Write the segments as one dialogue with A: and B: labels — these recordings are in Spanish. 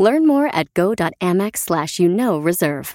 A: Learn more at go.amex slash you know reserve.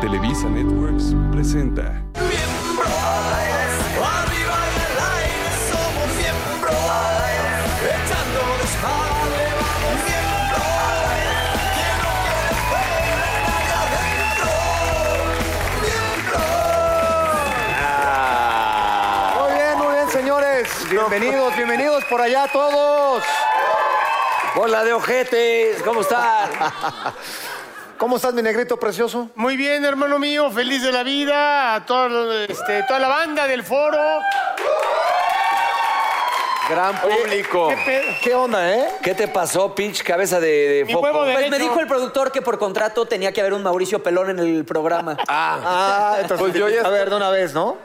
B: Televisa Networks presenta.
C: Arriba del aire somos miembros, echando desmadre vamos miembros, que no quiere ver nadie adentro,
D: Muy bien, muy bien, señores. Bienvenidos, bienvenidos por allá todos.
E: Hola de ojetes, ¿cómo están?
D: ¿Cómo estás, mi negrito precioso?
F: Muy bien, hermano mío, feliz de la vida, a todo, este, toda la banda del foro.
E: Gran público.
F: Qué pedo.
D: ¿Qué onda, eh?
E: ¿Qué te pasó, pinche cabeza de, de
F: Mi
E: foco?
F: huevo
G: Pues
F: derecho.
G: me dijo el productor que por contrato tenía que haber un Mauricio Pelón en el programa.
D: Ah, entonces,
H: Pues yo ya
D: a ver, de una vez, ¿no?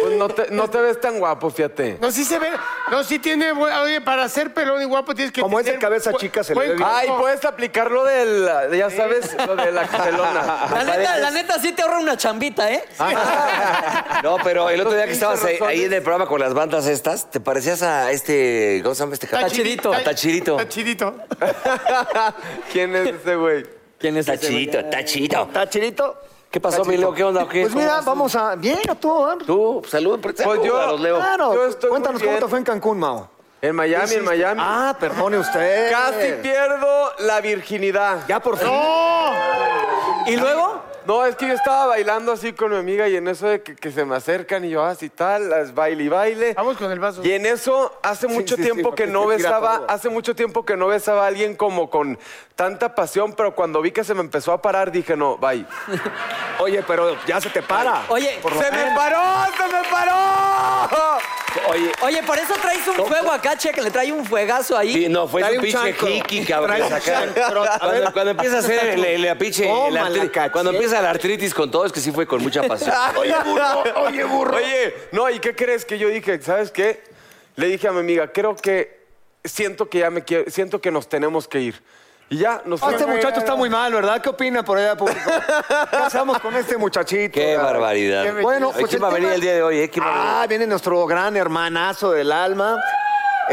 H: Pues no te, no te ves tan guapo, fíjate.
F: No, sí se ve. No, sí tiene. bu- Oye, para ser pelón y guapo tienes que.
D: Como es de
F: tener
D: cabeza
F: bu-
D: chica, se le
F: buen
D: ve bien.
F: cuerpo.
H: Ay,
E: pues.
H: puedes aplicar lo del, de- ya sabes, lo de la
E: ah.
G: La
H: Barcelona.
G: neta, la neta sí te ahorra una chambita, ¿eh?
E: No, pero el otro día que
H: Pinches
E: estabas ahí,
H: razones.
E: ahí en el programa con las bandas estas, te parecías a este. ¿Cómo se llama este
F: Está
E: cabrón? A
F: Está
E: Tachirito.
F: Está chidito.
H: ¿Quién es ese güey?
G: ¿Quién es ese güey?
E: Tachirito, Tachirito.
D: ¿Está chidito?
E: ¿Qué pasó, mi Leo? ¿Qué onda? o ¿Qué?
D: Pues mira, vamos a. Bien, a todo, ¿eh?
E: Tú, salud, por
H: Pues yo-
E: a los Leo.
D: Claro.
H: Yo estoy muy
D: Cuéntanos cómo
H: bien.
D: te fue en Cancún, Mao.
H: En Miami, en Miami.
D: Ah, perdone usted.
H: Casi pierdo la virginidad.
D: Ya por fin.
G: ¿Y luego?
H: No, es que yo estaba bailando así con mi amiga y en eso de que, que se me acercan y yo así tal, las baile y baile.
F: Vamos con el vaso.
H: Y en eso hace mucho
D: sí, sí,
H: tiempo
D: porque
H: que no
D: te tira
H: besaba,
D: todo.
H: hace mucho tiempo que no besaba a alguien como con tanta pasión, pero cuando vi que se me empezó a parar dije, "No, bye."
D: Oye, pero ya se te para.
G: Oye,
H: ¡Se me paró! ¡Se me paró!
E: Oye.
G: oye, por eso traes un fuego acá, che, que le trae un fuegazo ahí.
E: sí, no, fue
D: Trae
E: su
D: un
E: pinche
D: chancro.
E: kiki, cabrón.
D: Trae un
E: sacaron.
D: chancro. A ver.
E: Cuando, cuando empieza a hacer el- el- la pinche.
D: Toma
E: la artri-
D: la cacheta.
E: cuando empieza la artritis con todo, es que sí fue con mucha pasión.
H: Oye, burro, oye, burro. Oye, no, ¿y qué crees que yo dije? ¿Sabes qué? Le dije a mi amiga, creo que siento que ya me quiero, siento que nos tenemos que ir. Y ya nos
D: Ah, Este
H: fuimos.
D: muchacho está muy mal, ¿verdad? ¿Qué opina por allá, público? Pasamos con este muchachito.
E: Qué
D: caray?
E: barbaridad.
D: Bueno,
E: Ay,
D: pues
E: ¿Quién va a venir
D: tema-
E: el día de hoy? eh? ¿Quién va a venir?
D: Ah, viene nuestro gran hermanazo del alma.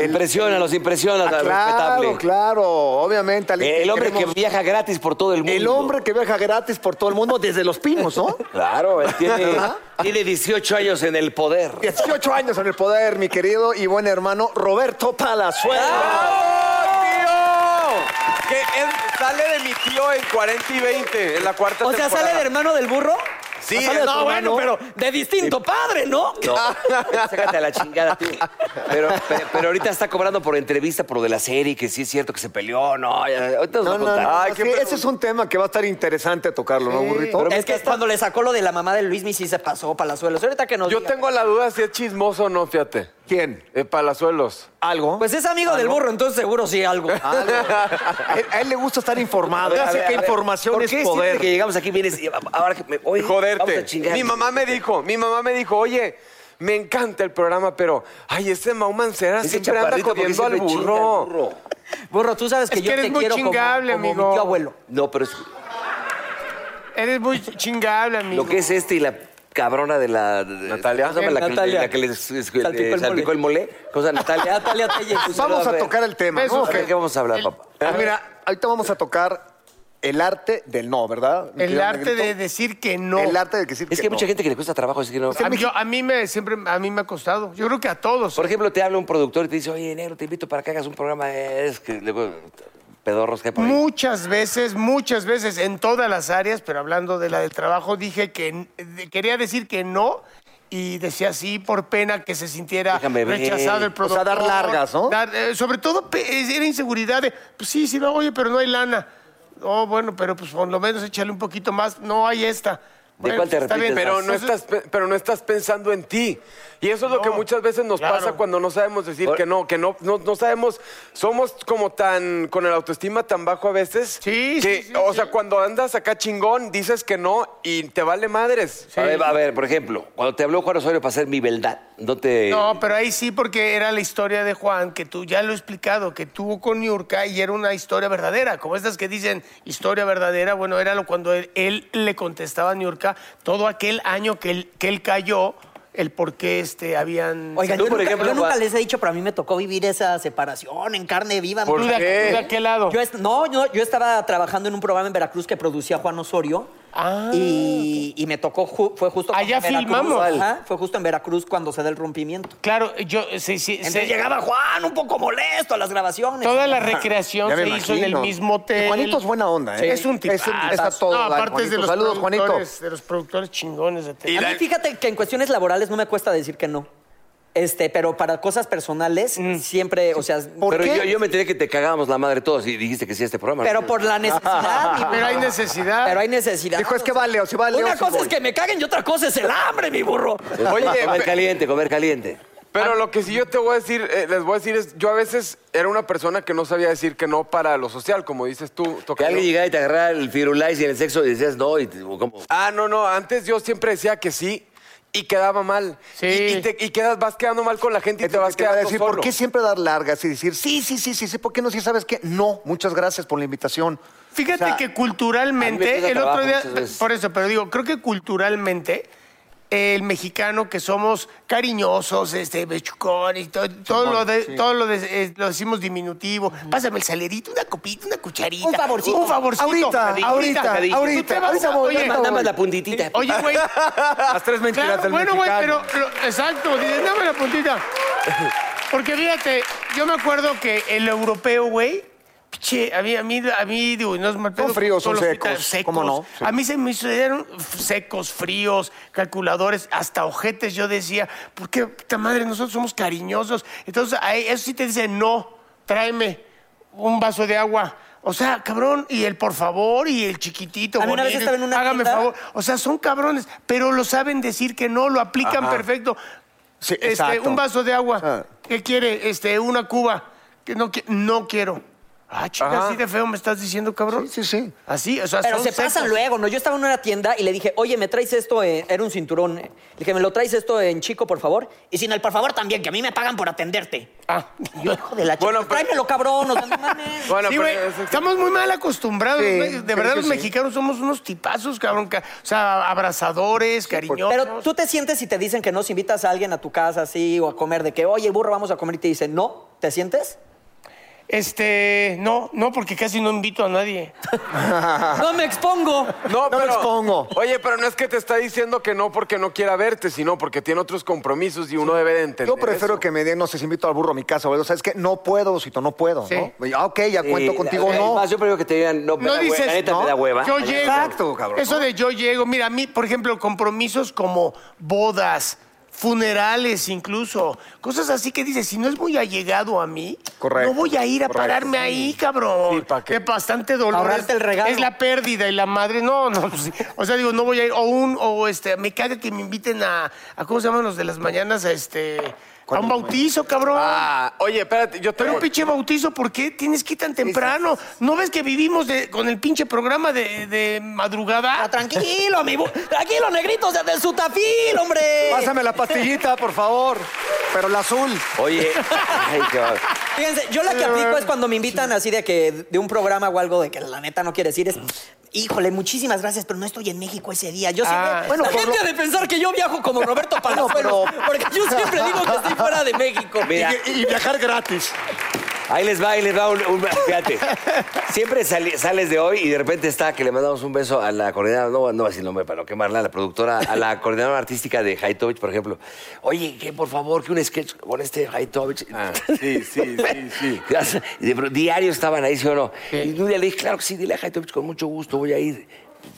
E: Impresionalos, impresionalos,
D: Ah,
E: respetable.
D: claro, claro, obviamente. al-
E: El hombre
D: queremos-
E: que viaja gratis por todo el mundo.
D: el hombre que viaja gratis por todo el mundo desde Los Pinos, ¿no?
E: Claro, él tiene,
D: Ajá.
E: tiene 18 años en el poder.
D: 18 años en el poder, mi querido y buen hermano Roberto
E: Ah,
D: Palazuelo.
H: ¡Bravo, tío! Que es- sale de mi tío en 40 y 20, en la cuarta
G: o sea,
H: temporada.
G: sale de hermano del burro.
H: Sí,
G: Ah,
H: es-
G: no, bueno, pero de distinto padre, ¿no?
E: No, sácate a la chingada tú. Pero, pero, pero ahorita está cobrando por entrevista por lo de la serie, que sí es cierto que se peleó, no. ya- ahorita nos va
D: No,
E: a
D: no,
E: contar.
D: no,
H: Ay,
D: es
H: qué
D: que
H: pregunta.
D: ese es un tema que va a estar interesante tocarlo, ¿no, burrito?
G: es que cuando le sacó lo de la mamá de Luis Misi se pasó palazuelos. Ahorita que nos
H: Yo
G: diga.
H: tengo la duda si es chismoso o no, fíjate.
D: ¿Quién?
H: Eh, Palazuelos.
D: ¿Algo?
G: Pues es amigo del burro, entonces seguro sí algo.
D: a, él, a él le gusta estar informado.
E: A
D: Dice
E: ver,
D: que
E: a ver,
D: información
E: ¿por
D: es
E: qué
D: poder.
E: siempre que llegamos aquí vienes y ahora que me oye, vamos a
H: joderte.
E: chingar.
H: Mi mamá me dijo, mi mamá me dijo, oye, me encanta el programa, pero, ay, ese Mau Mancera
E: Ese
H: siempre anda
E: chaparrito, ¿por qué
H: jodiendo al
E: siempre chinga
H: burro.
E: al burro?
G: Burro, tú sabes que
F: Es que
G: yo
F: eres
G: te
F: muy
G: quiero como-
F: chingable,
G: como mi
F: amigo.
G: tío abuelo.
E: No, pero es-
F: Eres muy chingable, amigo.
E: lo que es este y la cabrona de la... Natalia. ¿Cómo se llama? La, que-
G: Natalia.
E: la que les les-
G: Salpicó el
E: eh, salpicó el mole. ¿Cómo se llama? Natalia.
G: Natalia Telles.
D: Vamos
E: a
D: pues, a
E: ver.
D: tocar el tema, ¿no?
F: Besos,
E: A ver, ¿Qué vamos a hablar, papá?
D: Ah, Mira, ahorita vamos a tocar el arte del no, ¿verdad? mi
F: El
D: querido
F: arte de
D: Negrito?
F: decir que no.
D: El arte de que sí,
E: Es que hay
D: no.
E: mucha gente que le cuesta trabajo decir que no.
F: A mí, yo- a mí me siempre a mí me ha costado. Yo creo que a todos.
E: Por ejemplo, te habla un productor y te dice, oye, negro, te invito para que hagas un programa de... Es que luego, pedorros que hay por ahí.
F: Muchas veces, muchas veces, en todas las áreas, pero hablando de la del trabajo, dije que n- de- quería decir que no y decía sí por pena que se sintiera
E: Déjame ver.
F: rechazado el
E: O
F: productor.
D: sea, dar largas, ¿no?
F: Dar, eh, sobre todo pe- era inseguridad de, pues sí, sí, no, oye, pero no hay lana. Oh, bueno, pero pues por lo menos échale un poquito más. No hay esta. Bueno, pues
E: cuál te
F: está
E: repites
F: bien.
E: más?
H: Pero no,
F: Entonces,
H: estás, pe- pero no estás pensando en ti. Y eso es lo que
F: No,
H: muchas veces nos
F: claro.
H: pasa cuando no sabemos decir
E: Ahora-
H: que no, que no, no, no sabemos, somos como tan, con el autoestima tan bajo a veces.
F: Sí,
H: que,
F: sí, sí,
H: O
F: sí.
H: sea, cuando andas acá chingón, dices que no y te vale madres.
E: A ver, a ver, por ejemplo, cuando te habló Juan Osorio para hacer mi beldad, no te...
F: No, pero ahí sí, porque era la historia de Juan, que tú ya lo he explicado, que tuvo con Niurka y era una historia verdadera. Como estas que dicen historia verdadera, bueno, era lo cuando él, él le contestaba a Niurka todo aquel año que él, que él cayó, el por qué este, habían.
G: Oigan,
E: Tú,
G: yo,
E: por
G: nunca,
E: ejemplo,
G: yo nunca
E: Juan-
G: les he dicho, pero a mí me tocó vivir esa separación en carne viva.
H: ¿Por
F: ¿Tú de,
H: qué?
F: tú de aquel lado?
G: Yo est- no, yo, yo estaba trabajando en un programa en Veracruz que producía Juan Osorio. y, y me tocó, ju- fue justo.
F: Ah, Allá
G: en Veracruz,
F: filmamos.
G: ajá, fue justo en Veracruz cuando se da el rompimiento.
F: Claro, yo. Sí, sí,
G: Entonces
F: sí.
G: llegaba Juan un poco molesto a las grabaciones.
F: Toda la recreación
D: Ya
F: se
D: me
F: hizo en el
D: imagino.
F: mismo hotel.
D: Y Juanito es buena onda, ¿eh?
F: Sí, Es un tipo.
D: Es un- está todo dar,
F: aparte es de
D: Juanito.
F: los
D: Saludos, Juanito.
F: productores- De los productores chingones de tele.
G: A mí fíjate que en cuestiones laborales no me cuesta decir que no. Este, pero para cosas personales siempre, o sea,
E: pero Yo, yo me enteré que te cagábamos la madre todos y dijiste que sí a este programa.
G: pero por la necesidad. mi
F: Pero hay
G: burro.
F: necesidad.
G: Pero hay necesidad.
D: Dijo, es que
G: O sea,
D: vale, o si vale, o
G: Una
D: si
G: cosa
D: voy.
G: es que me caguen y otra cosa es el hambre, mi burro.
E: Oye,
H: Oye,
E: comer
H: pe-
E: caliente, comer caliente.
F: Ah.
H: Pero lo que sí yo te voy a decir, eh, les voy a decir es, yo a veces era una persona que no sabía decir que no para lo social, como dices tú,
E: Que
H: tocayo.
E: alguien llegara y te agarrara el firulais y en el sexo y decías no y te- o como...
H: Ah, no, no. Antes yo siempre decía que sí y quedaba mal.
F: Sí.
H: Y, y te, y quedas, vas quedando mal con la gente y
D: Es
H: te
D: lo
H: vas
D: que te iba a
H: quedando
D: decir,
H: solo.
D: ¿por qué siempre dar largas y decir sí, sí, sí, sí, sí? ¿Por qué no? Si sabes que no. Muchas gracias por la invitación.
F: Fíjate
D: O sea,
F: que
E: a mí me
F: culturalmente,
E: cuesta
F: el otro
E: trabajo
F: día,
E: muchas veces.
F: por eso, pero digo, creo que culturalmente, el mexicano que somos cariñosos, este, bechucón y todo, todo lo de, todo lo, de- eh, lo decimos diminutivo. Pásame el salerito, una copita, una cucharita.
G: Un favorcito.
F: Un favorcito.
D: Ahorita, ahorita,
F: Tú
D: ahorita,
F: te vas
D: ahorita
F: a-
D: voy,
F: oye,
D: ahorita
E: Nada más la puntitita.
F: Eh, Oye, güey.
H: Las tres mentiras
F: Claro,
H: del
F: bueno, güey,
H: mexicano.
F: pero lo- exacto, dices, dame la puntita. Porque fíjate, yo me acuerdo que el europeo, güey, che, a mí, a mí, a mí, digo, no es mal pedo,
D: Son fríos,
F: todos
D: son
F: los fritas-
D: secos, ¿cómo no? Sí.
F: A mí se me hicieron secos, fríos, calculadores, hasta ojetes. Yo decía, ¿por qué, puta madre, nosotros somos cariñosos? Entonces, ahí, eso sí te dice, no, tráeme un vaso de agua. O sea, cabrón, y el por favor, y el chiquitito,
G: A mí una vez
F: bonito,
G: estaba en una
F: hágame
G: tienda-
F: favor. O sea, son cabrones, pero lo saben decir que no, lo aplican perfecto.
D: Sí,
F: Este,
D: exacto.
F: un vaso de agua.
D: Ah.
F: ¿Qué quiere? Este, una cuba. Que no, qui- no quiero. Ah, chica, así de feo me estás diciendo, cabrón.
D: Sí, sí, sí.
F: Así, o sea,
G: Pero
F: son
G: se pasan
F: secos.
G: luego, ¿no? Yo estaba en una tienda y le dije, oye, ¿me traes esto? en-?" Era un cinturón. Le dije, ¿me lo traes esto en chico, por favor? Y sin el por favor también, que a mí me pagan por atenderte.
F: Ah.
G: Y yo, hijo de la chica,
H: Bueno,
G: pues,
H: pero-
G: tráemelo, cabrón. O sea, no mames.
H: Bueno,
F: Sí,
H: pero este
F: güey,
H: eso-
F: estamos muy mal acostumbrados.
D: Sí,
F: ¿no?
D: sí,
F: de verdad,
D: sí,
F: los
D: sí.
F: mexicanos somos unos tipazos, cabrón. ca- O sea, abrazadores, cariñosos.
G: Pero tú te sientes si te dicen que no, si invitas a alguien a tu casa así o a comer, de que, oye, burro, vamos a comer y te dicen, no, ¿te sientes?
F: Este, no, no, porque casi no invito a nadie.
G: no me expongo.
H: No,
D: No me
H: pero-
D: expongo.
H: Oye, pero no es que te está diciendo que no porque no quiera verte, sino porque tiene otros compromisos y uno debe de entender.
D: Yo prefiero
H: eso.
D: que me den, no sé si invito al burro a mi casa, o ¿sabes qué? No puedo, Osito, no puedo.
F: Sí.
D: ¿no? Y, Ah, ok, ya cuento
E: Sí,
D: contigo,
E: es
D: no.
E: Más, yo prefiero que te digan no, me
F: No
E: da hue-
F: dices,
E: la neta
F: ¿no?
E: me da hueva.
F: Yo llego.
D: Exacto, cabrón.
F: Eso de yo llego. Mira, a mí, por ejemplo, compromisos como bodas, funerales incluso, cosas así que dices, si no es muy allegado a mí,
D: Correcto,
F: no voy a ir a
D: correcto.
F: pararme ahí, cabrón.
H: Sí, ¿pa' qué?
F: Es bastante dolor.
G: Ahorrarte
F: es-
G: el regalo.
F: Es la pérdida y la madre. No, no. pues, sí. o sea, digo, no voy a ir. O un, o este, me caga que me inviten a, a ¿cómo se llaman los de las mañanas? A este, a un bautizo, cabrón.
H: Ah, oye, espérate, yo
F: Pero
H: tengo...
F: un pinche bautizo, ¿por qué tienes que ir tan temprano? ¿No ves que vivimos de- con el pinche programa de, de
G: Ah,
F: madrugada?
G: tranquilo, mi burro. Tranquilo, negrito, desde su tafil, hombre.
D: Pásame la pastillita, por favor. Pero la azul.
E: Oye, ay, qué va-
G: Fíjense, yo la que aplico es cuando me invitan así de que de un programa o algo de que la neta no quieres ir es híjole, muchísimas gracias, pero no estoy en México ese día. Yo siempre
F: Ah,
D: bueno,
G: la
D: por
G: gente
D: lo-
G: ha de pensar que yo viajo como Roberto Palazuelos,
D: pero-
G: porque yo siempre digo que estoy fuera de México.
E: Mira,
D: Y, y viajar gratis.
E: Ahí les va, ahí les va un. un- fíjate. Siempre sali- sales de hoy y de repente está que le mandamos un beso a la coordinadora, no, no voy a decir el nombre para no quemarla, la productora, a la coordinadora artística de Haitovich, por ejemplo. Oye, que por favor, que un sketch con este Haitovich.
H: Ah, Sí, sí, sí, sí.
E: Ya sé, y de pro- Diario estaban ahí, ¿sí o no? Y Nuria le dije, claro que sí, dile a Haitovich, con mucho gusto voy a ir.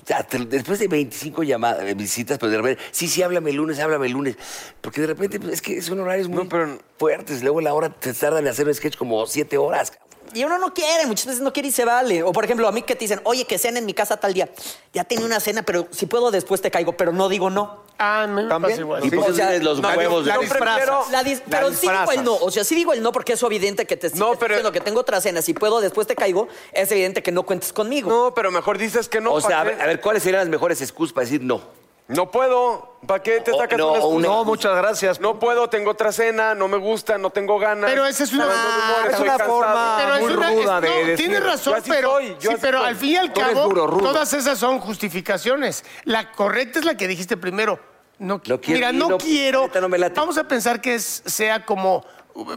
E: Ya, te- Después de 25 llamadas, eh, visitas, pero de repente, sí, sí, háblame el lunes, háblame el lunes. Porque de repente, pues, es que son horarios muy
H: No, pero-
E: fuertes. Luego la hora te tardan en hacer un sketch como 7 horas.
G: Y uno no quiere, muchas veces no quiere y se vale. O por ejemplo, a mí que te dicen, oye, que cena en mi casa tal día. Ya tenía una cena, pero si puedo después te caigo, pero no digo no.
F: Ah, no me
D: ¿También?
F: pasa igual.
E: Y
D: Sí,
E: pues
D: o sea,
E: tienes los
H: no,
E: huevos.
H: la
E: de-
H: disfra- prefiero-
G: La dis-
D: la
G: pero sí digo el
D: disfrazas.
G: no. O sea, sí digo el no porque es evidente que te
H: No,
G: no,
H: pero-
G: pero... que tengo otra cena. Si puedo después te caigo, es evidente que no cuentes conmigo.
H: No, pero mejor dices que no.
E: o sea,
H: ¿pa'
E: a ver,
H: qué?
E: a ver, ¿cuáles serían las mejores excusas para decir no?
H: No puedo. ¿Para qué te
E: O-
H: sacas
E: Oh, no,
H: una
E: o una-
H: excusa?
D: No, muchas gracias.
H: No puedo, tengo otra cena, no me gusta, no tengo ganas.
F: Pero esa es una-
H: Ando de humor,
F: Ah, es
H: estoy
D: una
H: cansado.
D: forma-
F: Pero es
D: muy
F: una,
D: ruda
F: es-
D: de
F: no,
D: decir,
F: tienes razón,
H: yo así
F: pero,
H: soy, yo
F: sí,
H: así
F: pero
H: soy.
F: al fin y al
D: Tú eres
F: cabo,
D: duro, rudo.
F: todas esas son justificaciones. La correcta es la que dijiste primero. No, qui-
E: No quiero
F: mira,
E: ir,
F: no,
E: no-
F: quiero.
E: neta, no me late.
F: Vamos a pensar que es- sea como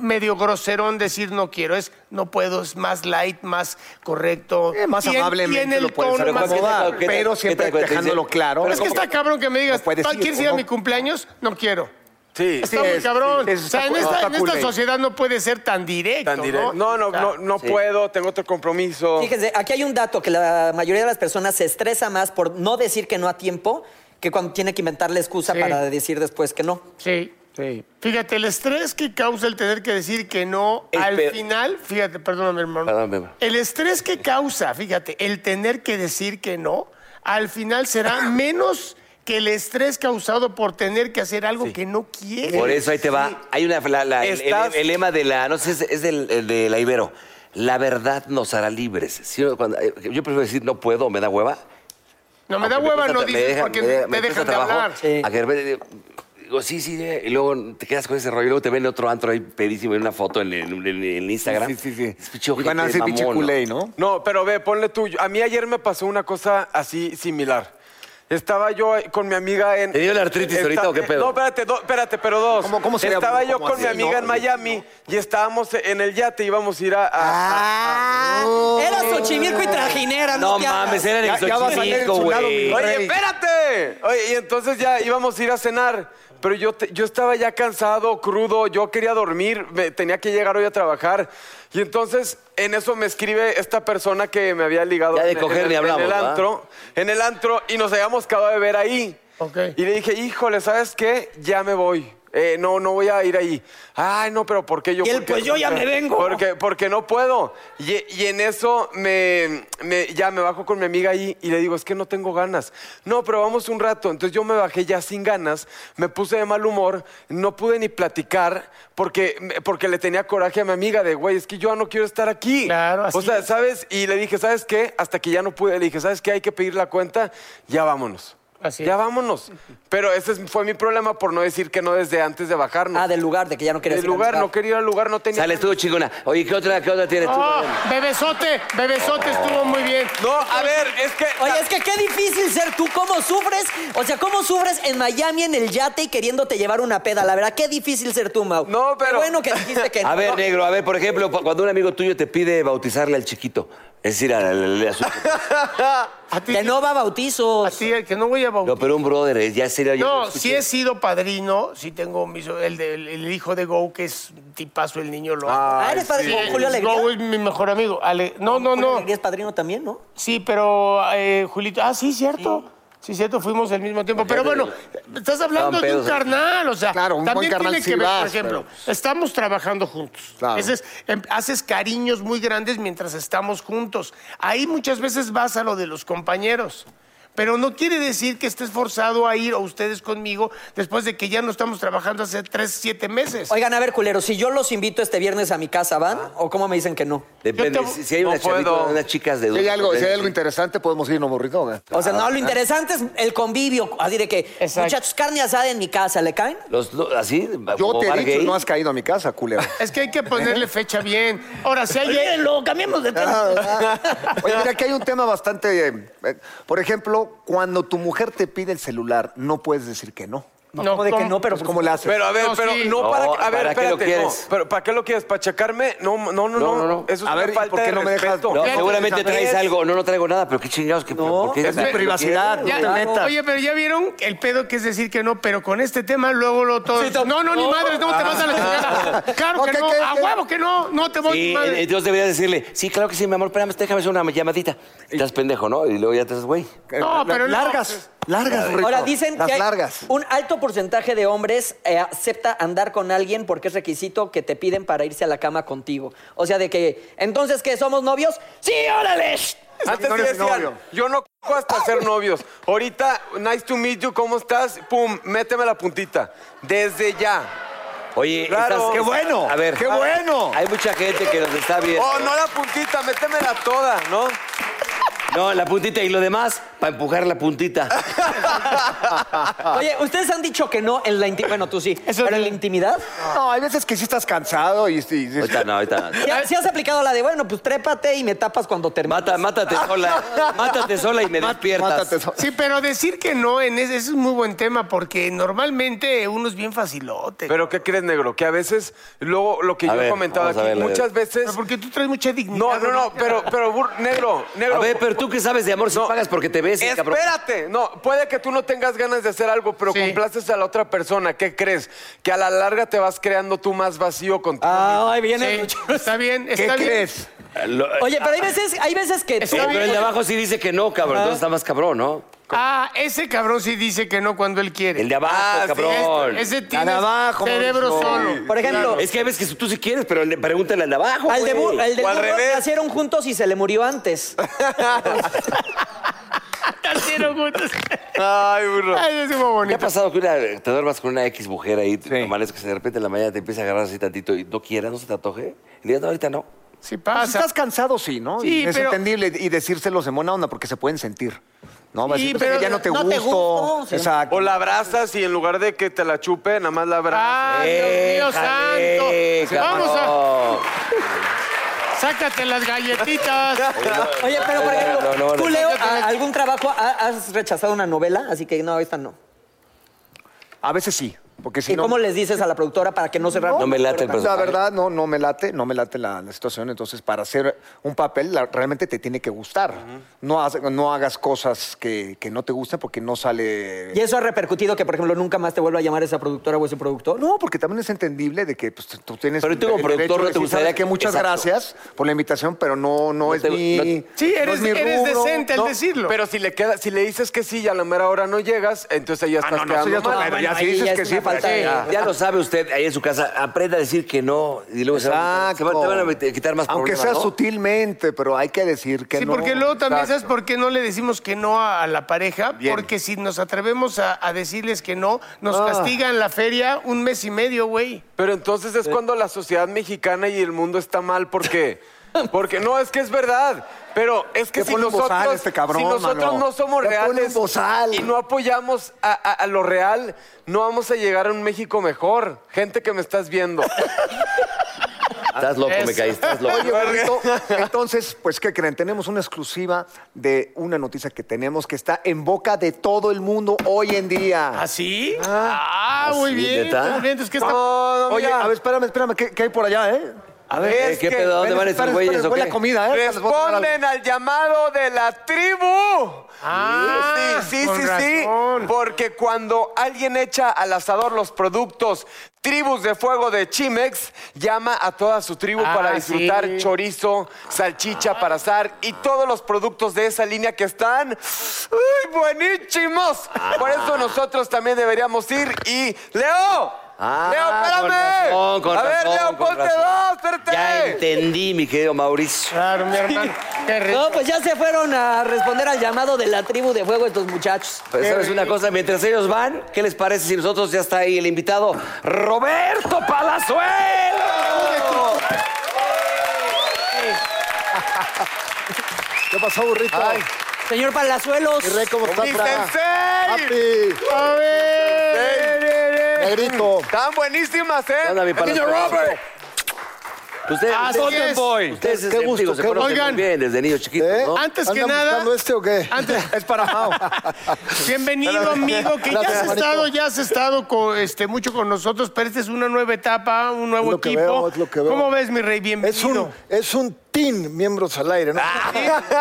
F: medio groserón decir no quiero. Es no puedo, es más light, más correcto.
D: Eh, más
F: y en- y en
D: amablemente
F: el
D: lo puedes
F: tono más-
D: acomodar,
E: ¿qué tal- qué
D: pero
E: tal-
D: siempre
E: qué tal-
D: dejándolo
E: dice-
D: claro.
F: Es que está cabrón que me digas,
D: No puedes
F: "Ah,
D: ir,
F: ¿quieres
D: ¿o
F: ir a
D: no?
F: mi cumpleaños? No quiero.
H: Sí.
F: Está muy
D: es-
F: cabrón.
D: sí, eso
F: o sea,
D: está
F: en
D: cu-
F: esta,
D: está
F: en esta
D: cool, eh.
F: sociedad no puede ser tan directo.
H: Tan directo. No, no,
F: O sea,
H: no, no puedo, tengo otro compromiso.
G: Fíjense, aquí hay un dato que la mayoría de las personas se estresa más por no decir que no a tiempo que cuando tiene que inventar la excusa
F: Sí.
G: para decir después que no.
F: Sí.
D: Sí.
F: Fíjate, el estrés que causa el tener que decir que no
E: El
F: al
E: pe-
F: final, fíjate, perdóname, hermano.
E: Perdóname, hermano.
F: El estrés que causa, fíjate, el tener que decir que no, al final será menos que el estrés causado por tener que hacer algo que no quiere.
E: Por eso ahí te va. Hay una la- la- el- el,
H: Estás-
E: el lema de la, no sé, es, es del, el de la Ibero. La verdad nos hará libres. ¿Sí? Cuando- eh, yo prefiero decir no puedo o me da hueva.
F: No me da
E: Aunque
F: hueva,
E: cuesta-
F: no
E: me
F: dices
E: deja-
F: porque
E: me deja-
F: te
E: me cuesta
F: dejan de
E: trabajo.
F: hablar.
G: Sí.
E: A que de repente digo, digo, sí, sí, eh, y luego te quedas con ese rollo, y luego te ven en otro antro ahí pedísimo en una foto en, en- en- en Instagram.
D: Sí, sí, sí.
E: Es pinche
D: Y van a
E: ojete
D: hacer pinche
E: mamón, ¿no?
D: culé, ¿no?
H: No, pero ve, ponle tú. A mí ayer me pasó una cosa así similar. Estaba yo con mi amiga en.
E: ¿Te dio la artritis ahorita o qué pedo?
H: No, espérate, do- espérate, pero dos.
D: ¿Cómo- cómo sería?
H: Estaba yo
D: ¿Cómo
H: con
D: así?
H: mi amiga
D: No,
H: en Miami y estábamos en el yate, íbamos a ir a. a-
G: Ah, era Xochimilco y trajinera, no,
E: No
G: te hagas.
E: mames, era en el
D: Ya- ya va a salir
E: Xochimilco,
D: el soldado, mi
E: güey.
D: rey.
H: Oye, espérate. Oye, y entonces ya íbamos a ir a cenar, pero yo, te- yo estaba ya cansado, crudo, yo quería dormir, me- tenía que llegar hoy a trabajar. Y entonces en eso me escribe esta persona que me había ligado
E: Ya de
H: en,
E: coger
H: en-
E: ni
H: en
E: hablamos,
H: el
E: ¿va?
H: antro, en el antro y nos habíamos quedado de ver ahí.
F: Ok.
H: Y le dije, híjole, ¿sabes qué? Ya me voy. Eh, no, no voy a ir ahí. Ay, no, pero ¿por qué yo?
G: Y él,
H: porque-
G: pues, yo ya
H: porque-
G: me vengo.
H: Porque, porque no puedo. Y, y en eso me, me- ya me bajo con mi amiga ahí y le digo, es que no tengo ganas. No, pero vamos un rato. Entonces yo me bajé ya sin ganas, me puse de mal humor, no pude ni platicar porque, porque le tenía coraje a mi amiga de, güey, es que yo ya no quiero estar aquí.
F: Claro, así
H: O sea,
F: es.
H: ¿sabes? Y le dije, ¿sabes qué? Hasta que ya no pude, le dije, ¿sabes qué? Hay que pedir la cuenta, ya vámonos.
F: Así
H: ya
F: es.
H: vámonos. Pero ese es- fue mi problema por no decir que no desde antes de bajarnos.
G: Ah, del lugar, de que ya no querías
H: Del
G: ir al
H: lugar, no quería ir al lugar, no tenía.
E: Sales tú, chingona. Oye, ¿qué otra, qué otra tienes tú?
F: Oh, bebesote, bebesote estuvo muy bien.
H: No, a ver, es que.
G: Oye, es que qué difícil ser tú, cómo sufres, o sea, cómo sufres en Miami en el yate y queriéndote llevar una peda, la verdad, qué difícil ser tú, Mau.
H: No,
G: Qué
H: pero-
G: bueno que dijiste que no.
E: A ver, eh, negro, a ver, por ejemplo, cu- cuando un amigo tuyo te pide bautizarle al chiquito, es decir, al, al- a su-
F: A ti,
G: que no va a bautizos.
F: a ti, el que no voy a bautizar.
E: No, pero un brother, eh, ya sería yo.
F: No,
E: escuché.
F: sí he sido padrino, sí tengo mi so- el, de- el- el hijo de Go, que es un tipazo, el niño lo amo.
G: Ah, eres padrino
F: Sí,
G: Julio Alegría.
F: Go es mi mejor amigo. Ale- no, no,
G: Julio
F: no.
G: Alegría es padrino también, ¿no?
F: Sí, pero eh, Julito, ah, sí, cierto. Sí, cierto, fuimos al mismo tiempo. Pero bueno, estás hablando
E: Estaban
F: de un
E: pedos.
F: carnal, o sea,
D: Claro, un buen
F: también
D: carnal
F: tiene
D: sí
F: que ver, por
D: vas,
F: ejemplo, estamos trabajando juntos.
D: Claro.
F: Ese es- em- haces cariños muy grandes mientras estamos juntos. Ahí muchas veces vas a lo de los compañeros. Pero no quiere decir que estés forzado a ir o ustedes conmigo después de que ya no estamos trabajando hace tres, siete meses.
G: Oigan, a ver, culeros, si yo los invito este viernes a mi casa, ¿van?
D: Ah.
G: ¿O cómo me dicen que no?
E: Depende,
F: Yo te-
E: si, si hay
H: No
E: una chavita,
H: puedo.
E: unas chicas de
D: Si hay algo, si hay
E: de-
D: algo interesante, podemos irnos burrito. güey.
G: O sea,
D: Ah.
G: no, lo interesante es el convivio, así de que,
F: Exacto.
G: muchachos, carne asada en mi casa, ¿le caen?
E: Los, lo- así,
D: Ah, Yo
E: como
D: te
E: bar
D: he dicho,
E: gay.
D: no has caído a mi casa, culero.
F: Es que hay que ponerle fecha bien. Ahora, si hay... e- lo cambiemos de
D: Ah, Oye, mira, aquí hay un tema bastante... eh, eh, por ejemplo, cuando tu mujer te pide el celular, no puedes decir que no.
G: No,
F: No,
G: como de que
F: ¿cómo?
G: no, pero
D: Pues,
G: por
D: ¿Cómo le haces?
H: Pero a ver,
F: No,
H: pero
F: sí.
H: no para.
E: No,
H: A ver,
E: ¿para qué lo
H: espérate, no.
E: quieres?
H: Pero ¿para qué lo quieres? ¿Para checarme? No, no, no, no.
D: No, no, no.
H: Eso es
D: A
H: una
D: ver, ¿y
H: falta
D: por qué
H: de
D: no me dejas?
H: respeto.
E: No,
F: Fíjate,
E: seguramente traes
H: ¿sabes?
E: algo. No, no traigo nada, pero qué chingados. Que, ¿por qué?
D: es mi
E: ¿Lo
D: privacidad,
E: quieres?
D: no
F: Ya,
D: te metas.
F: oye, pero ya vieron el pedo que es decir que no, pero con este tema luego lo todo.
G: Sí, to-
F: no, no, ni
G: no.
F: madres, no te vas a la chingada. Claro que
D: Ok,
F: no,
D: ¿qué,
F: a
D: qué?
F: huevo que no, no te voy
E: Sí,
F: ni
E: eh,
F: madres.
E: Dios debería decirle, sí, claro que sí, mi amor, espérame, déjame hacer una llamadita. Estás pendejo, ¿no? Y luego ya te haces, güey.
F: No, pero no.
D: Eh, largas, largas, Rico.
G: Ahora dicen
D: Las
G: que hay
D: largas.
G: un alto porcentaje de hombres eh, acepta andar con alguien porque es requisito que te piden para irse a la cama contigo. O sea, de que, entonces, ¿qué? ¿Somos novios? ¡Sí, órale!
H: Antes
D: No
H: sí
D: eres mi
H: decían,
D: novio.
H: yo no cojo hasta ser novios. Ahorita, nice to meet you, ¿cómo estás? Pum, méteme la puntita. Desde ya.
E: Oye,
H: Claro.
E: estás-
H: ¡Qué
D: bueno!
E: A ver,
D: ¡Qué bueno!
E: Hay mucha gente que nos está viendo.
H: Oh, no la puntita, métemela toda, ¿no?
E: No, la puntita y lo demás, para empujar la puntita.
G: Oye, ¿ustedes han dicho que no en la intimidad? Bueno, tú sí.
F: Eso-
G: ¿Pero en la intimidad?
D: No, hay veces que sí estás cansado y... y- y-
E: Ahorita no, ahorita no.
G: ¿Sí, ha- sí has aplicado la de, bueno, pues trépate y me tapas cuando termines?
E: Mata, mátate sola. Mátate sola y me despiertas.
D: Mátate eso.
F: Sí, pero decir que no, en ese, ese es un muy buen tema, porque normalmente uno es bien facilote.
H: Pero ¿qué crees, negro? Que a veces, luego lo que
E: A
H: yo he
E: ver,
H: comentado
E: vamos a
H: aquí,
E: verla, a ver.
H: muchas veces.
F: Pero porque tú traes mucha dignidad.
H: No, no, no,
F: ahorita.
H: pero, pero, bur- negro, negro.
E: A ver, pero tú qué sabes de amor si pagas porque te ves, cabrón.
H: Espérate, no, puede que tú no tengas ganas de hacer algo, pero
F: Sí.
H: complaces a la otra persona. ¿Qué crees? Que a la larga te vas creando tú más vacío contigo.
G: Ah, ahí viene el
F: Sí, está bien,
D: ¿Qué
F: está bien.
D: crees?
E: Lo-
G: Oye, pero hay veces, hay veces que...
E: Sí, Eh, pero el de abajo sí dice que no, cabrón. Entonces está más cabrón, ¿no?
F: Ah, ese cabrón sí dice que no cuando él quiere.
E: El de abajo, cabrón.
F: Este- Ese tiene
D: de abajo,
F: cerebro
D: Mauricio.
F: solo.
G: Por ejemplo,
E: Es que hay veces que tú sí quieres, pero le- pregúntale al de abajo.
G: al de,
E: güey.
G: Bu- al de
H: O al
G: Burro
H: revés.
G: nacieron juntos y se le murió antes.
F: Nacieron juntos.
H: Ay, burro.
F: Ay, ese fue
E: ¿Te ha
F: bonito.
E: pasado que una- te duermas con una X mujer ahí, te amanezcas y de repente en la mañana te empieza a agarrar así tantito y no quieras, no se te antoje? Y digas, no, ahorita no.
F: Sí
D: Pues
F: pasa.
D: estás cansado, sí, ¿no?
F: Sí,
D: Y es
F: pero-
D: entendible y decírselos en buena onda porque se pueden sentir. No, Va a
F: Sí,
D: decir, "Pues,
F: pero
D: que ya no te
G: no te
D: gusto.
G: gusto, sí.
D: Exacto.
H: O la abrazas y en lugar de que te la chupe, nada más la abrazas.
F: Ah, Dios mío
E: Déjale,
F: santo.
E: cabrón.
F: Vamos a. Sácate las galletitas.
G: Oye, pero por ejemplo,
E: No, no, no.
G: tú, Leo, a- ¿algún trabajo ha- has rechazado una novela? Así que no, esta no.
D: A veces sí, porque si
G: ¿Y
D: no...
G: cómo les dices a la productora para que no se
E: No me late el
D: La
E: personaje.
D: verdad, no, no me late, no me late la, la situación. Entonces, para hacer un papel, la- realmente te tiene que gustar. no, haz- no hagas cosas que, que no te gustan porque no sale...
G: ¿Y eso ha repercutido que, por ejemplo, nunca más te vuelva a llamar esa productora o ese productor?
D: No, porque también es entendible de que pues, tú tienes
E: Pero tú como
D: el
E: productor
D: derecho de
E: no te
D: decir,
E: gustaría
D: "Sabes qué?
E: que-
D: muchas
E: Exacto.
D: gracias por la invitación, pero no, no, es
E: te-
D: mi.
E: no-
F: Sí,
D: no
F: eres,
D: es mi
F: eres
D: rubro".
F: decente al
H: No,
F: decirlo.
H: Pero si le queda, si le dices que sí y a la mera hora no llegas, entonces ya
D: Ah,
H: estás
D: no, no, eso
H: quedando
D: ya es
H: mal.
D: otra- pero ya
G: bueno,
D: si
G: ahí
D: dices
G: ya
D: que
G: es
D: sí,
G: una
D: pues,
G: falta de-
D: sí, ya.
E: Ah. Ya lo sabe usted ahí en su casa. Aprenda a decir que no y luego se va, se va- Ah, te van a quitar más
D: Aunque
E: problemas,
D: sea
E: ¿no?
D: sutilmente, pero hay que decir que
F: sí,
D: no.
F: porque luego también,
D: Exacto.
F: ¿sabes por qué no le decimos que no a, a la pareja?
D: Bien.
F: Porque si nos atrevemos a, a decirles que no, nos castigan la feria un mes y medio, güey.
H: Pero entonces es cuando la sociedad mexicana y el mundo está mal porque porque no es que es verdad, pero es que
D: Ya
H: si
D: ponle un
H: nosotros
D: bozal a este cabrón,
H: si nosotros
D: mano.
H: no somos
D: Ya ponle
H: reales
D: un bozal.
H: y no apoyamos a, a- a lo real, no vamos a llegar a un México mejor. Gente que me estás viendo.
E: Estás loco, me caí, estás loco.
D: Oye, Rito, entonces, pues, ¿qué creen? Tenemos una exclusiva de una noticia que tenemos que está en boca de todo el mundo hoy en día.
F: Ah, ¿Así? Ah, muy
E: ¿así,
F: bien.
E: neta?
F: Muy bien, entonces, ¿qué está-
H: No, no,
D: Oye,
H: mira.
D: a ver, espérame, espérame, ¿qué, qué hay por allá, eh?
E: A ver,
H: Es
E: ¿qué
H: que-
E: pedo? ¿A ¿Dónde van estos
D: Espérame,
E: güeyes
D: espérame,
E: o qué?
D: huele a comida, eh. Les voy a tomar algo.
H: Responden al llamado de la tribu.
F: Ah,
H: sí, sí,
F: con
H: sí, sí,
F: razón.
H: Porque cuando alguien echa al asador los productos Tribus de Fuego de Chimex, llama a toda su tribu
F: Ah,
H: para disfrutar
F: sí.
H: chorizo, salchicha para asar y todos los productos de esa línea que están ¡ay, buenísimos! Por eso nosotros también deberíamos ir y... ¡Leo!
E: Ah,
H: ¡Leo,
E: con
H: espérame!
E: razón, con
H: a ver,
E: razón,
H: Leo,
E: con
H: ponte
E: razón.
H: dos, espérate.
E: Ya entendí, mi querido Mauricio.
F: Claro, mi hermano. Qué rico.
G: No, pues ya se fueron a responder al llamado de la tribu de fuego estos muchachos.
E: Pero Pues, sabes una cosa, mientras ellos van, ¿qué les parece si nosotros ya está ahí el invitado Roberto Palazuelo?
D: ¿Qué pasó, burrito? Ay,
G: Señor Palazuelos,
D: mi rey, ¿cómo estás?
H: ¡Mi
D: Fra?
H: sensei!
D: Papi,
F: A ver.
D: negrito.
H: Están buenísimas, ¿eh?
E: ¿Qué onda, mi Palazuelos?
H: Robert.
E: Ustedes,
F: Así
E: ustedes-
F: es.
E: ustedes,
I: Ah, Qué-
E: este,
I: qué
E: digo,
I: gusto,
E: se
I: qué
E: conocen
F: gusto.
E: muy bien desde niños chiquitos,
I: ¿Eh?
E: ¿no?
F: Antes que
I: ¿Andan
F: nada,
I: buscando este o qué?
F: antes,
D: Es para Mao.
F: Bienvenido, amigo, que ya
I: Gracias,
F: has
I: manito.
F: estado, ya has estado con, este, mucho con nosotros, pero esta es una nueva etapa, un nuevo
I: lo que
F: equipo.
I: veo, es lo que veo.
F: ¿Cómo ves, mi rey? Bienvenido.
I: Es un, es un team miembros al aire, ¿no?
H: Ah,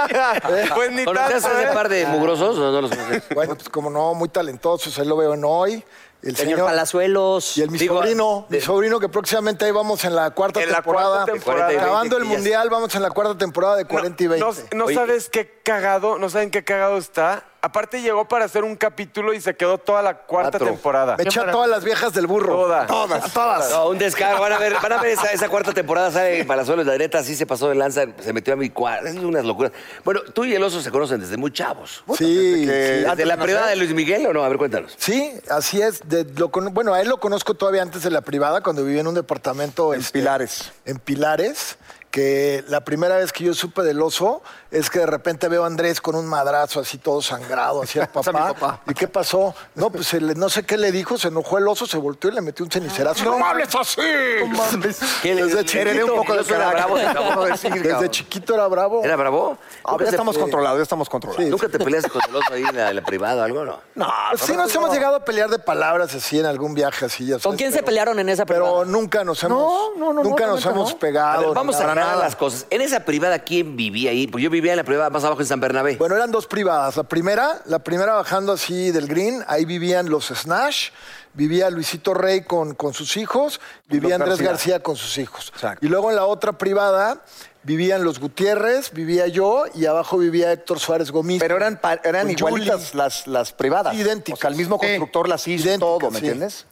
H: Pues ni
E: ¿Conoces
H: tanto,
E: a ese
H: ¿eh?
E: par de mugrosos o no los conoces?
I: Bueno, pues como no, muy talentosos, ahí lo veo en hoy. El
G: Señor Palazuelos.
I: Y el mi
E: Digo,
I: sobrino,
E: de-
I: mi sobrino que próximamente ahí vamos en la cuarta
H: En la
I: temporada.
H: cuarta temporada.
I: Acabando
E: 40 y 20,
I: el
E: que ya
I: mundial, vamos en la cuarta temporada de 40 y 20.
H: No, no
E: Oye.
H: sabes qué cagado, no saben qué cagado está. Aparte llegó para hacer un capítulo y se quedó toda la cuarta
E: Cuatro.
H: temporada.
I: Me eché a todas las viejas del burro.
H: Todas.
I: Todas. Todas.
E: No, un descargo. Van a ver, van a ver esa, esa cuarta temporada, sale Palazuelos, la neta, así se pasó de lanza, se metió a mi cuadro. Es unas locuras. Bueno, tú y el oso se conocen desde muy chavos.
I: Sí, sí.
E: ¿Desde la privada de Luis Miguel o no? A ver, cuéntanos.
I: Sí, así es. De- lo cono- bueno, a él lo conozco todavía antes de la privada, cuando vivía en un departamento. En
D: Pilares.
I: En Pilares, que la primera vez que yo supe del oso es que de repente veo a Andrés con un madrazo así todo sangrado, así al papá. ¿Y qué pasó? No, pues se le- no sé qué le dijo, se enojó el oso, se volteó y le metió un cenicerazo. ¡No, hables así! Desde
E: Heredé
I: chiquito,
E: un poco de carácter.
I: desde chiquito Ah, era bravo.
E: ¿Era bravo?
D: Ahora
E: ¿Nunca
D: ya
E: te-
D: estamos controlados, ya estamos
I: Sí.
D: controlados.
E: ¿Nunca te peleas con el oso ahí en la, en la privada o algo, no?
D: No,
I: Pues sí, nos hemos llegado a pelear de palabras así en algún viaje así. ya
G: ¿Con
I: sabes,
G: quién se
I: pero-
G: pelearon en esa
I: Pero
G: privada?
I: nunca nos hemos,
D: no, no,
I: nunca
D: no,
I: nos
D: neta,
I: hemos
D: no.
I: pegado.
E: A ver, vamos a
I: nada.
E: aclarar las cosas. En esa privada, ¿quién vivía ahí? Pues yo vivía en la privada más abajo en San Bernabé.
I: Bueno, eran dos privadas. La primera, la primera bajando así del green, ahí vivían los Snash, vivía Luisito Rey con, con sus hijos, vivía Andrés García. con sus hijos.
D: Exacto.
I: Y luego en la otra privada vivían los Gutiérrez, vivía yo y abajo vivía Héctor Suárez Gomis.
D: Pero eran, pa- eran
I: Con
D: igualitas
I: Julie.
D: las, las privadas.
I: Idénticas.
D: O sea, el mismo
F: Sí.
D: constructor las hizo
I: Idénticas,
D: todo, ¿me
I: sí.
D: entiendes?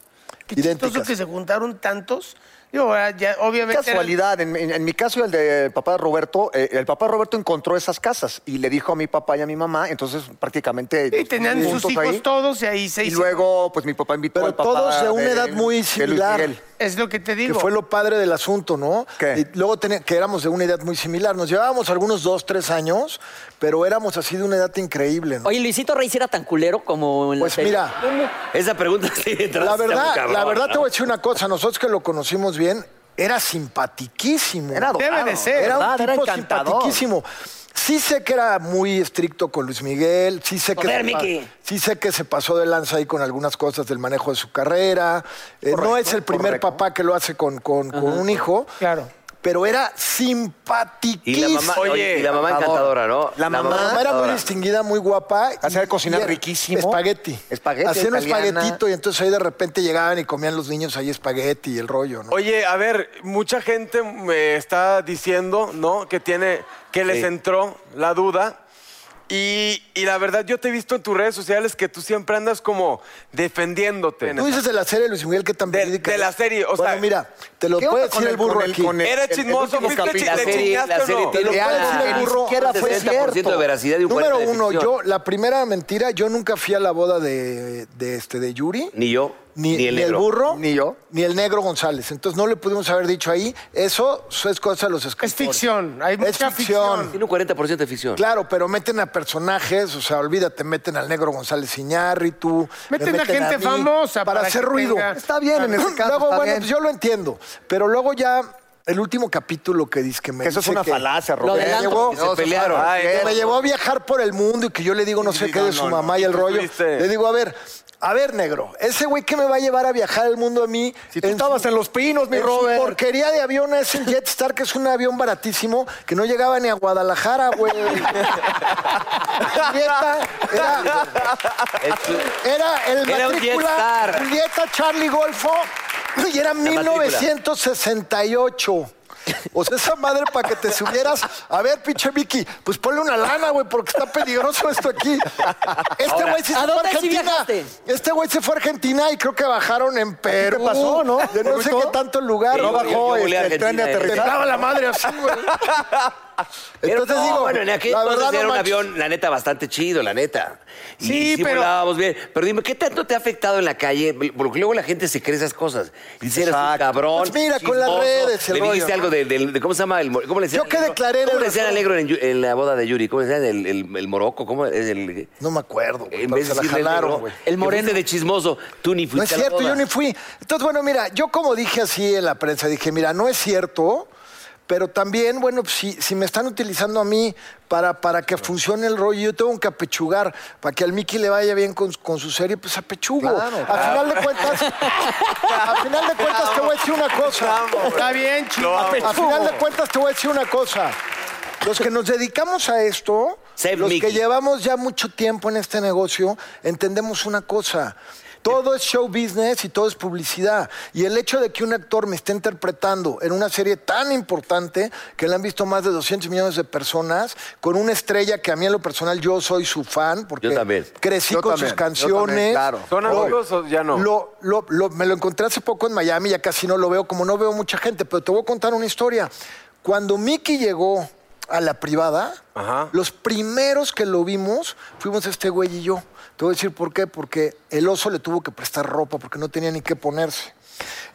F: Qué chistoso
I: idénticas.
F: que se juntaron tantos. Digo, ahora ya, obviamente. eran-
D: Casualidad, en, en- en mi caso y el de papá Roberto, eh, el papá Roberto encontró esas casas y le dijo a mi papá y a mi mamá, entonces prácticamente...
F: Y tenían sus
D: juntos
F: hijos
D: ahí.
F: todos y ahí se
D: Y
F: hizo.
D: luego, pues mi papá invitó
I: Pero
D: al papá
I: todos de una edad muy
D: de Luis
I: similar.
D: Miguel.
F: Es lo que te
I: que
F: digo.
I: fue lo padre del asunto, ¿no?
D: ¿Qué?
I: Y luego tenía- que éramos de una edad muy similar. Nos llevábamos algunos dos, tres años, pero éramos así de una edad increíble, ¿no?
G: Oye, Luisito Rey sí era tan culero como en la
I: Pues
G: serie.
I: mira,
E: Esa pregunta sí entraste
I: La
E: a un
I: verdad,
E: cabrón,
I: la verdad te
E: ¿no?
I: voy a decir una cosa. Nosotros que lo conocimos bien, era simpatiquísimo.
D: Era
F: Debe de
D: adorado,
F: ser,
I: Era un
D: ¿verdad? Ah, Era
I: tipo
D: encantador.
I: simpatiquísimo. Sí sé que era muy estricto con Luis Miguel, sí sé que,
G: Joder,
I: se, pa-
G: Miki.
I: sí sé que se pasó de lanza ahí con algunas cosas del manejo de su carrera. Eh, no es el primer
D: correcto.
I: papá que lo hace con, con- con un hijo.
F: Claro.
I: Pero era simpatiquísimo.
E: Y la mamá,
H: Oye,
E: oye, y la mamá encantadora, ¿no?
D: La mamá-
I: La mamá era muy distinguida, muy guapa.
D: Hacía cocinar
I: era-
D: riquísimo.
I: Espagueti.
D: Espagueti,
I: Hacían un
D: italiana.
I: espaguetito y entonces ahí de repente llegaban y comían los niños ahí espagueti y el rollo, ¿no?
H: Oye, a ver, mucha gente me está diciendo, ¿no? Que tiene, que les entró la duda. Y, y la verdad, yo te he visto en tus redes sociales que tú siempre andas como defendiéndote.
I: Tú dices de la serie de Luis Miguel que tan
H: De-
I: verídica
H: de la
I: es.
H: serie, o
I: Bueno,
H: sea,
I: mira, te lo
D: ¿Qué onda
I: puede
D: con
I: decir el
D: con
I: burro aquí.
D: con
H: Era
D: el- el
H: chismoso,
D: último
H: fuiste chi-
E: La
D: capítulo.
H: te
E: serie,
H: chingaste
E: la
H: o
E: serie
H: no?
I: Te lo
E: tiene
I: puede
E: una-
I: decir el burro,
E: siquiera
I: un
E: fue
I: 60%
E: cierto. de veracidad y un
I: Número
E: 40 de
I: uno,
E: ficción.
I: yo, la primera mentira, yo nunca fui a la boda de, de este, de Yuri.
E: Ni yo, ni, el negro.
I: burro.
D: Ni yo.
I: Ni el negro González. Entonces no le pudimos haber dicho ahí. Eso, eso es cosa de los escritores.
F: Es ficción, hay mucha ficción.
E: Tiene un 40% de ficción.
I: Claro, pero meten a personajes, o sea, olvídate, meten al negro González Iñárritu. me
F: Meten a gente
I: mí
F: famosa
I: Para,
F: para
I: hacer
F: que
I: ruido.
F: tenga-
D: Está bien en ese caso,
I: Luego,
D: está
I: bueno,
D: bien.
I: pues yo lo entiendo. Pero luego ya, el último capítulo que dice que me
D: Que eso es
I: dice
D: una
I: que-
D: falacia,
I: que
D: Roberto.
I: me
G: del antro,
I: llevó-
E: que se pelearon.
I: que
H: Ah, eso.
I: me llevó a viajar por el mundo y que yo le digo no
H: Sí,
I: sé qué
H: no,
I: de su
H: no,
I: mamá
H: no.
I: y el rollo.
H: Fuiste.
I: Le digo, a ver, a ver, negro, ese güey que me va a llevar a viajar el mundo a mí.
D: Si tú estabas en Los Pinos, mi
I: en su
D: Robert.
I: porquería de avión es el Jetstar, que es un avión baratísimo, que no llegaba ni a Guadalajara, güey. Julieta era, era el
E: Era un
I: matrícula
E: Jetstar.
I: Julieta Charlie Golfo y era
E: matrícula.
I: 1968. O sea, esa madre para que te subieras. A ver, pinche Vicky, pues ponle una lana, güey, porque está peligroso esto aquí. Este güey sí se
G: ¿a
I: fue a
G: dónde sí
I: Argentina.
G: viajaste?
I: este güey se fue a Argentina y creo que bajaron en Perú.
D: pasó, no?
I: De no sé qué tanto lugar.
E: Sí, yo- yo- yo volé a
I: este,
E: Argentina, ¿eh?
I: Te daba la madre así, güey. Entonces
E: Pero no,
I: digo,
E: bueno, en aquel
I: la
E: entonces
I: verdad no
E: era un
I: manches.
E: avión, la neta, bastante chido, la neta. Y
F: Sí, pero-
E: volábamos bien. Pero dime, ¿qué tanto te ha afectado en la calle? Porque luego la gente se cree esas cosas. Y dices, eres un
D: Exacto.
E: cabrón.
I: Pues mira, con las redes, el
E: Le dijiste
I: rollo.
E: algo de, del- de- ¿cómo se llama? El, mor- ¿Cómo le decían?
I: Yo que declaré en
E: ¿Cómo
I: el
E: le decían al negro
I: restaurante.
E: en, Yu- en la boda de Yuri? ¿Cómo le decían? El, el, el moroco, ¿cómo? Es el...
I: No me acuerdo, güey,
E: En
I: pero
E: vez
I: se
E: de
I: la
E: decirle el negro,
I: jalaron, güey.
E: El moreno de chismoso, tú ni fuiste
I: No es
E: a la
I: cierto,
E: boda.
I: yo ni fui. Entonces, bueno, mira, yo como dije así en la prensa, dije, mira, no es cierto, Pero también, bueno, pues, si, si me están utilizando a mí para, para que funcione el rollo, yo tengo que apechugar. Para que al Mickey le vaya bien con, con su serie, pues apechugo. al final de cuentas, al final de cuentas te voy a decir una cosa.
F: Está bien, chico.
I: Al final de cuentas te voy a decir una cosa. Los que nos dedicamos a esto,
E: Save
I: los
E: Mickey.
I: que llevamos ya mucho tiempo en este negocio, entendemos una cosa. Todo es show business y todo es publicidad. Y el hecho de que un actor me esté interpretando en una serie tan importante que la han visto más de 200 millones de personas, con una estrella que a mí en lo personal yo soy su fan, porque
E: Yo también.
I: crecí
D: Yo
I: con
D: también,
I: sus
D: yo también,
I: canciones. Oh,
D: claro.
H: ¿Son
I: Lo-
H: amigos o ya no?
I: lo- lo- lo- me lo encontré hace poco en Miami, ya casi no lo veo, como no veo mucha gente, pero te voy a contar una historia. Cuando Mickey llegó a la privada,
H: Ajá.
I: los primeros que lo vimos fuimos este güey y yo. Te voy a decir por qué, porque el oso le tuvo que prestar ropa porque no tenía ni qué ponerse.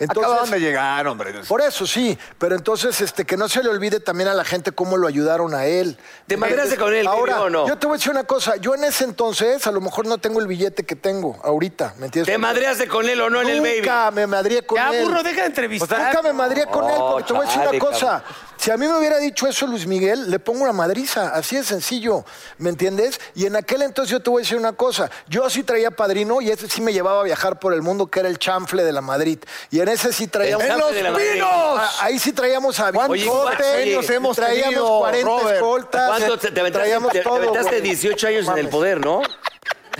D: Acababan de llegar, hombre.
I: por eso sí, pero entonces este que no se le olvide también a la gente cómo lo ayudaron a él.
E: ¿Te imaginaste con él,
I: Ahora,
E: Kevin, o no?
I: yo te voy a decir una cosa, yo en ese entonces a lo mejor no tengo el billete que tengo ahorita, ¿me entiendes?
E: ¿Te madreaste con él o no en el baby?
I: Nunca me madrié con
F: Ya,
I: él.
F: burro, deja de entrevistar.
I: Nunca me madrié con él, porque te voy a decir
E: Oh, chale,
I: una cosa.
E: cabrón.
I: Si a mí me hubiera dicho eso Luis Miguel, le pongo una madriza, así de sencillo, ¿me entiendes? Y en aquel entonces yo te voy a decir una cosa, yo sí traía padrino y ese sí me llevaba a viajar por el mundo, que era el chanfle de la Madrid. Y en ese sí traíamos...
E: El chanfle de la Madrid.
I: Ah, Ahí sí traíamos a
E: ¿Cuántos
I: Bigote,
E: sueños
D: hemos
I: traíamos
D: tenido,
I: 40
D: Robert?
I: escoltas,
E: ¿Cuánto te, te aventaste,
I: traíamos
E: te- te
I: todo,
E: aventaste
I: güey.
E: 18 años en el
I: Mames.
E: poder, ¿no?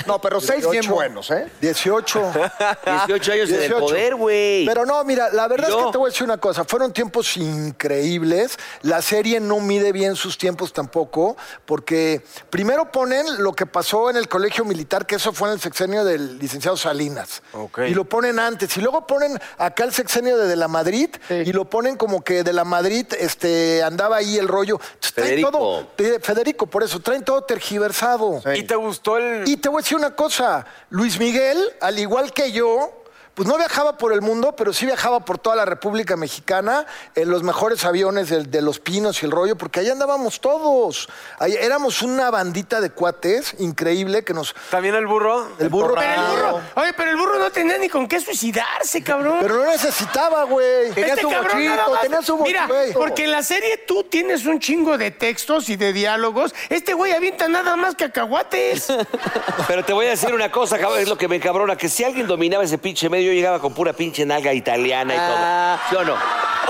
D: No, pero seis bien
I: 18.
D: buenos, ¿eh?
I: 18.
E: 18 años en el
I: 18.
E: poder, güey.
I: Pero no, mira, la verdad es
E: Yo-
I: que te voy a decir una cosa. Fueron tiempos increíbles. La serie no mide bien sus tiempos tampoco, porque primero ponen lo que pasó en el colegio militar, que eso fue en el sexenio del licenciado Salinas.
H: Ok.
I: Y lo ponen antes. Y luego ponen acá el sexenio de De la Madrid y lo ponen como que De la Madrid este, andaba ahí el rollo. Entonces, traen
E: Federico.
I: todo- te- Federico, por eso, traen todo tergiversado.
H: ¿Y te gustó el...?
I: Y te voy a decir una cosa, Luis Miguel, al igual que yo, pues no viajaba por el mundo, pero sí viajaba por toda la República Mexicana en los mejores aviones del- de, Los Pinos y el rollo, porque ahí andábamos todos. Ahí éramos una bandita de cuates increíble que nos...
H: ¿También el burro?
I: El burro...
F: Pero el burro, oye, pero el burro no tenía ni con qué suicidarse, cabrón.
I: Pero no necesitaba, güey. Tenía
F: Este
I: su
F: cabrón nada
I: bochito,
F: más-
I: tenía su
F: Mira,
I: bochito.
F: porque en la serie tú tienes un chingo de textos y de diálogos. Este güey avienta nada más cacahuates.
E: Pero te voy a decir una cosa, cabrón, es lo que me encabrona, que si alguien dominaba ese pinche medio, yo llegaba con pura pinche nalga italiana y
G: Ah.
E: todo. ¿Sí o no?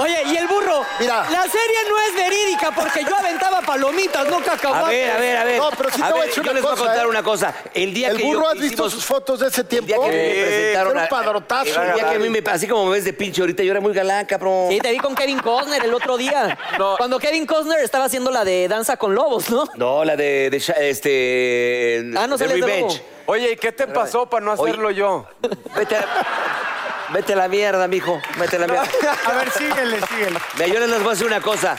G: Oye, y el burro.
I: Mira.
G: La serie no es verídica porque yo aventaba palomitas, no cacahuates.
E: A ver, a ver, a ver.
I: No, pero sí
E: A
I: te voy a
E: ver,
I: decir
E: yo
I: una
E: les voy a
I: cosa,
E: contar
I: ¿eh?
E: una cosa. El día
I: El
E: que yo-
I: burro, ¿has visto
E: hicimos-
I: sus fotos de ese
E: El día
I: tiempo?
E: que me presentaron
I: Era un
E: a-
I: padrotazo.
E: El día que a mí me así como me ves de pinche ahorita, yo era muy galán, cabrón.
G: Sí, te vi con Kevin Costner el otro día.
H: No.
G: Cuando Kevin Costner estaba haciendo la de Danza con Lobos, ¿no?
E: No, la de, de Sha- este
G: Ah, no
E: de
G: sales de
E: Revenge.
G: lobo.
H: Oye, ¿y qué te pasó para no
E: Oye.
H: hacerlo yo?
E: Vete a, vete a la mierda, mijo. Vete a la mierda.
F: A ver, síguele, síguele.
E: Mira, yo les voy a decir una cosa.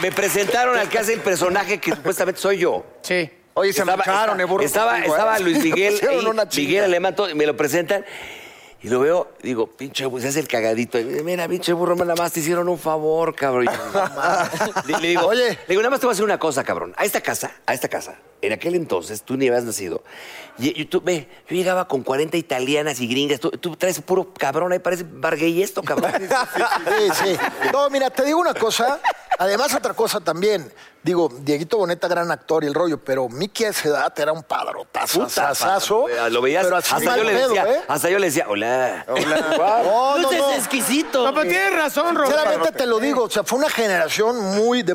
E: Me presentaron al que hace el personaje que supuestamente soy yo.
F: Sí.
D: Oye, se marcharon, eh, burro.
E: Estaba,
D: contigo, ¿eh?
E: estaba Luis Miguel,
D: Pusieron
E: ahí,
D: una chinga.
E: Miguel Alemán, todo, y me lo presentan. Y lo veo, digo, pinche burro, se hace el cagadito. Y, Mira, pinche burro, nada más te hicieron un favor, cabrón. Y yo, "No mames". le, le digo,
I: Oye.
E: le digo, nada más te voy a hacer una cosa, cabrón. A esta casa, a esta casa, en aquel entonces tú ni habías nacido. Y, y tú, ve, yo llegaba con 40 italianas y gringas. Tú, tú traes puro cabrón, ahí parece barguey esto, cabrón.
I: Sí, sí. No, mira, te digo una cosa. Además, otra cosa también. Digo, Dieguito Boneta, gran actor y el rollo, pero Mickey a esa edad era un padrotazo, sasazo.
E: Lo veías,
I: pero así
E: hasta yo,
I: mal
E: le
I: pedo,
E: decía,
I: ¿eh?
E: hasta yo le decía, hola.
I: No, no,
G: Luces
I: no.
G: exquisito.
F: No, pero tienes razón, Roberto.
I: Sinceramente te lo digo, o sea, fue una generación muy de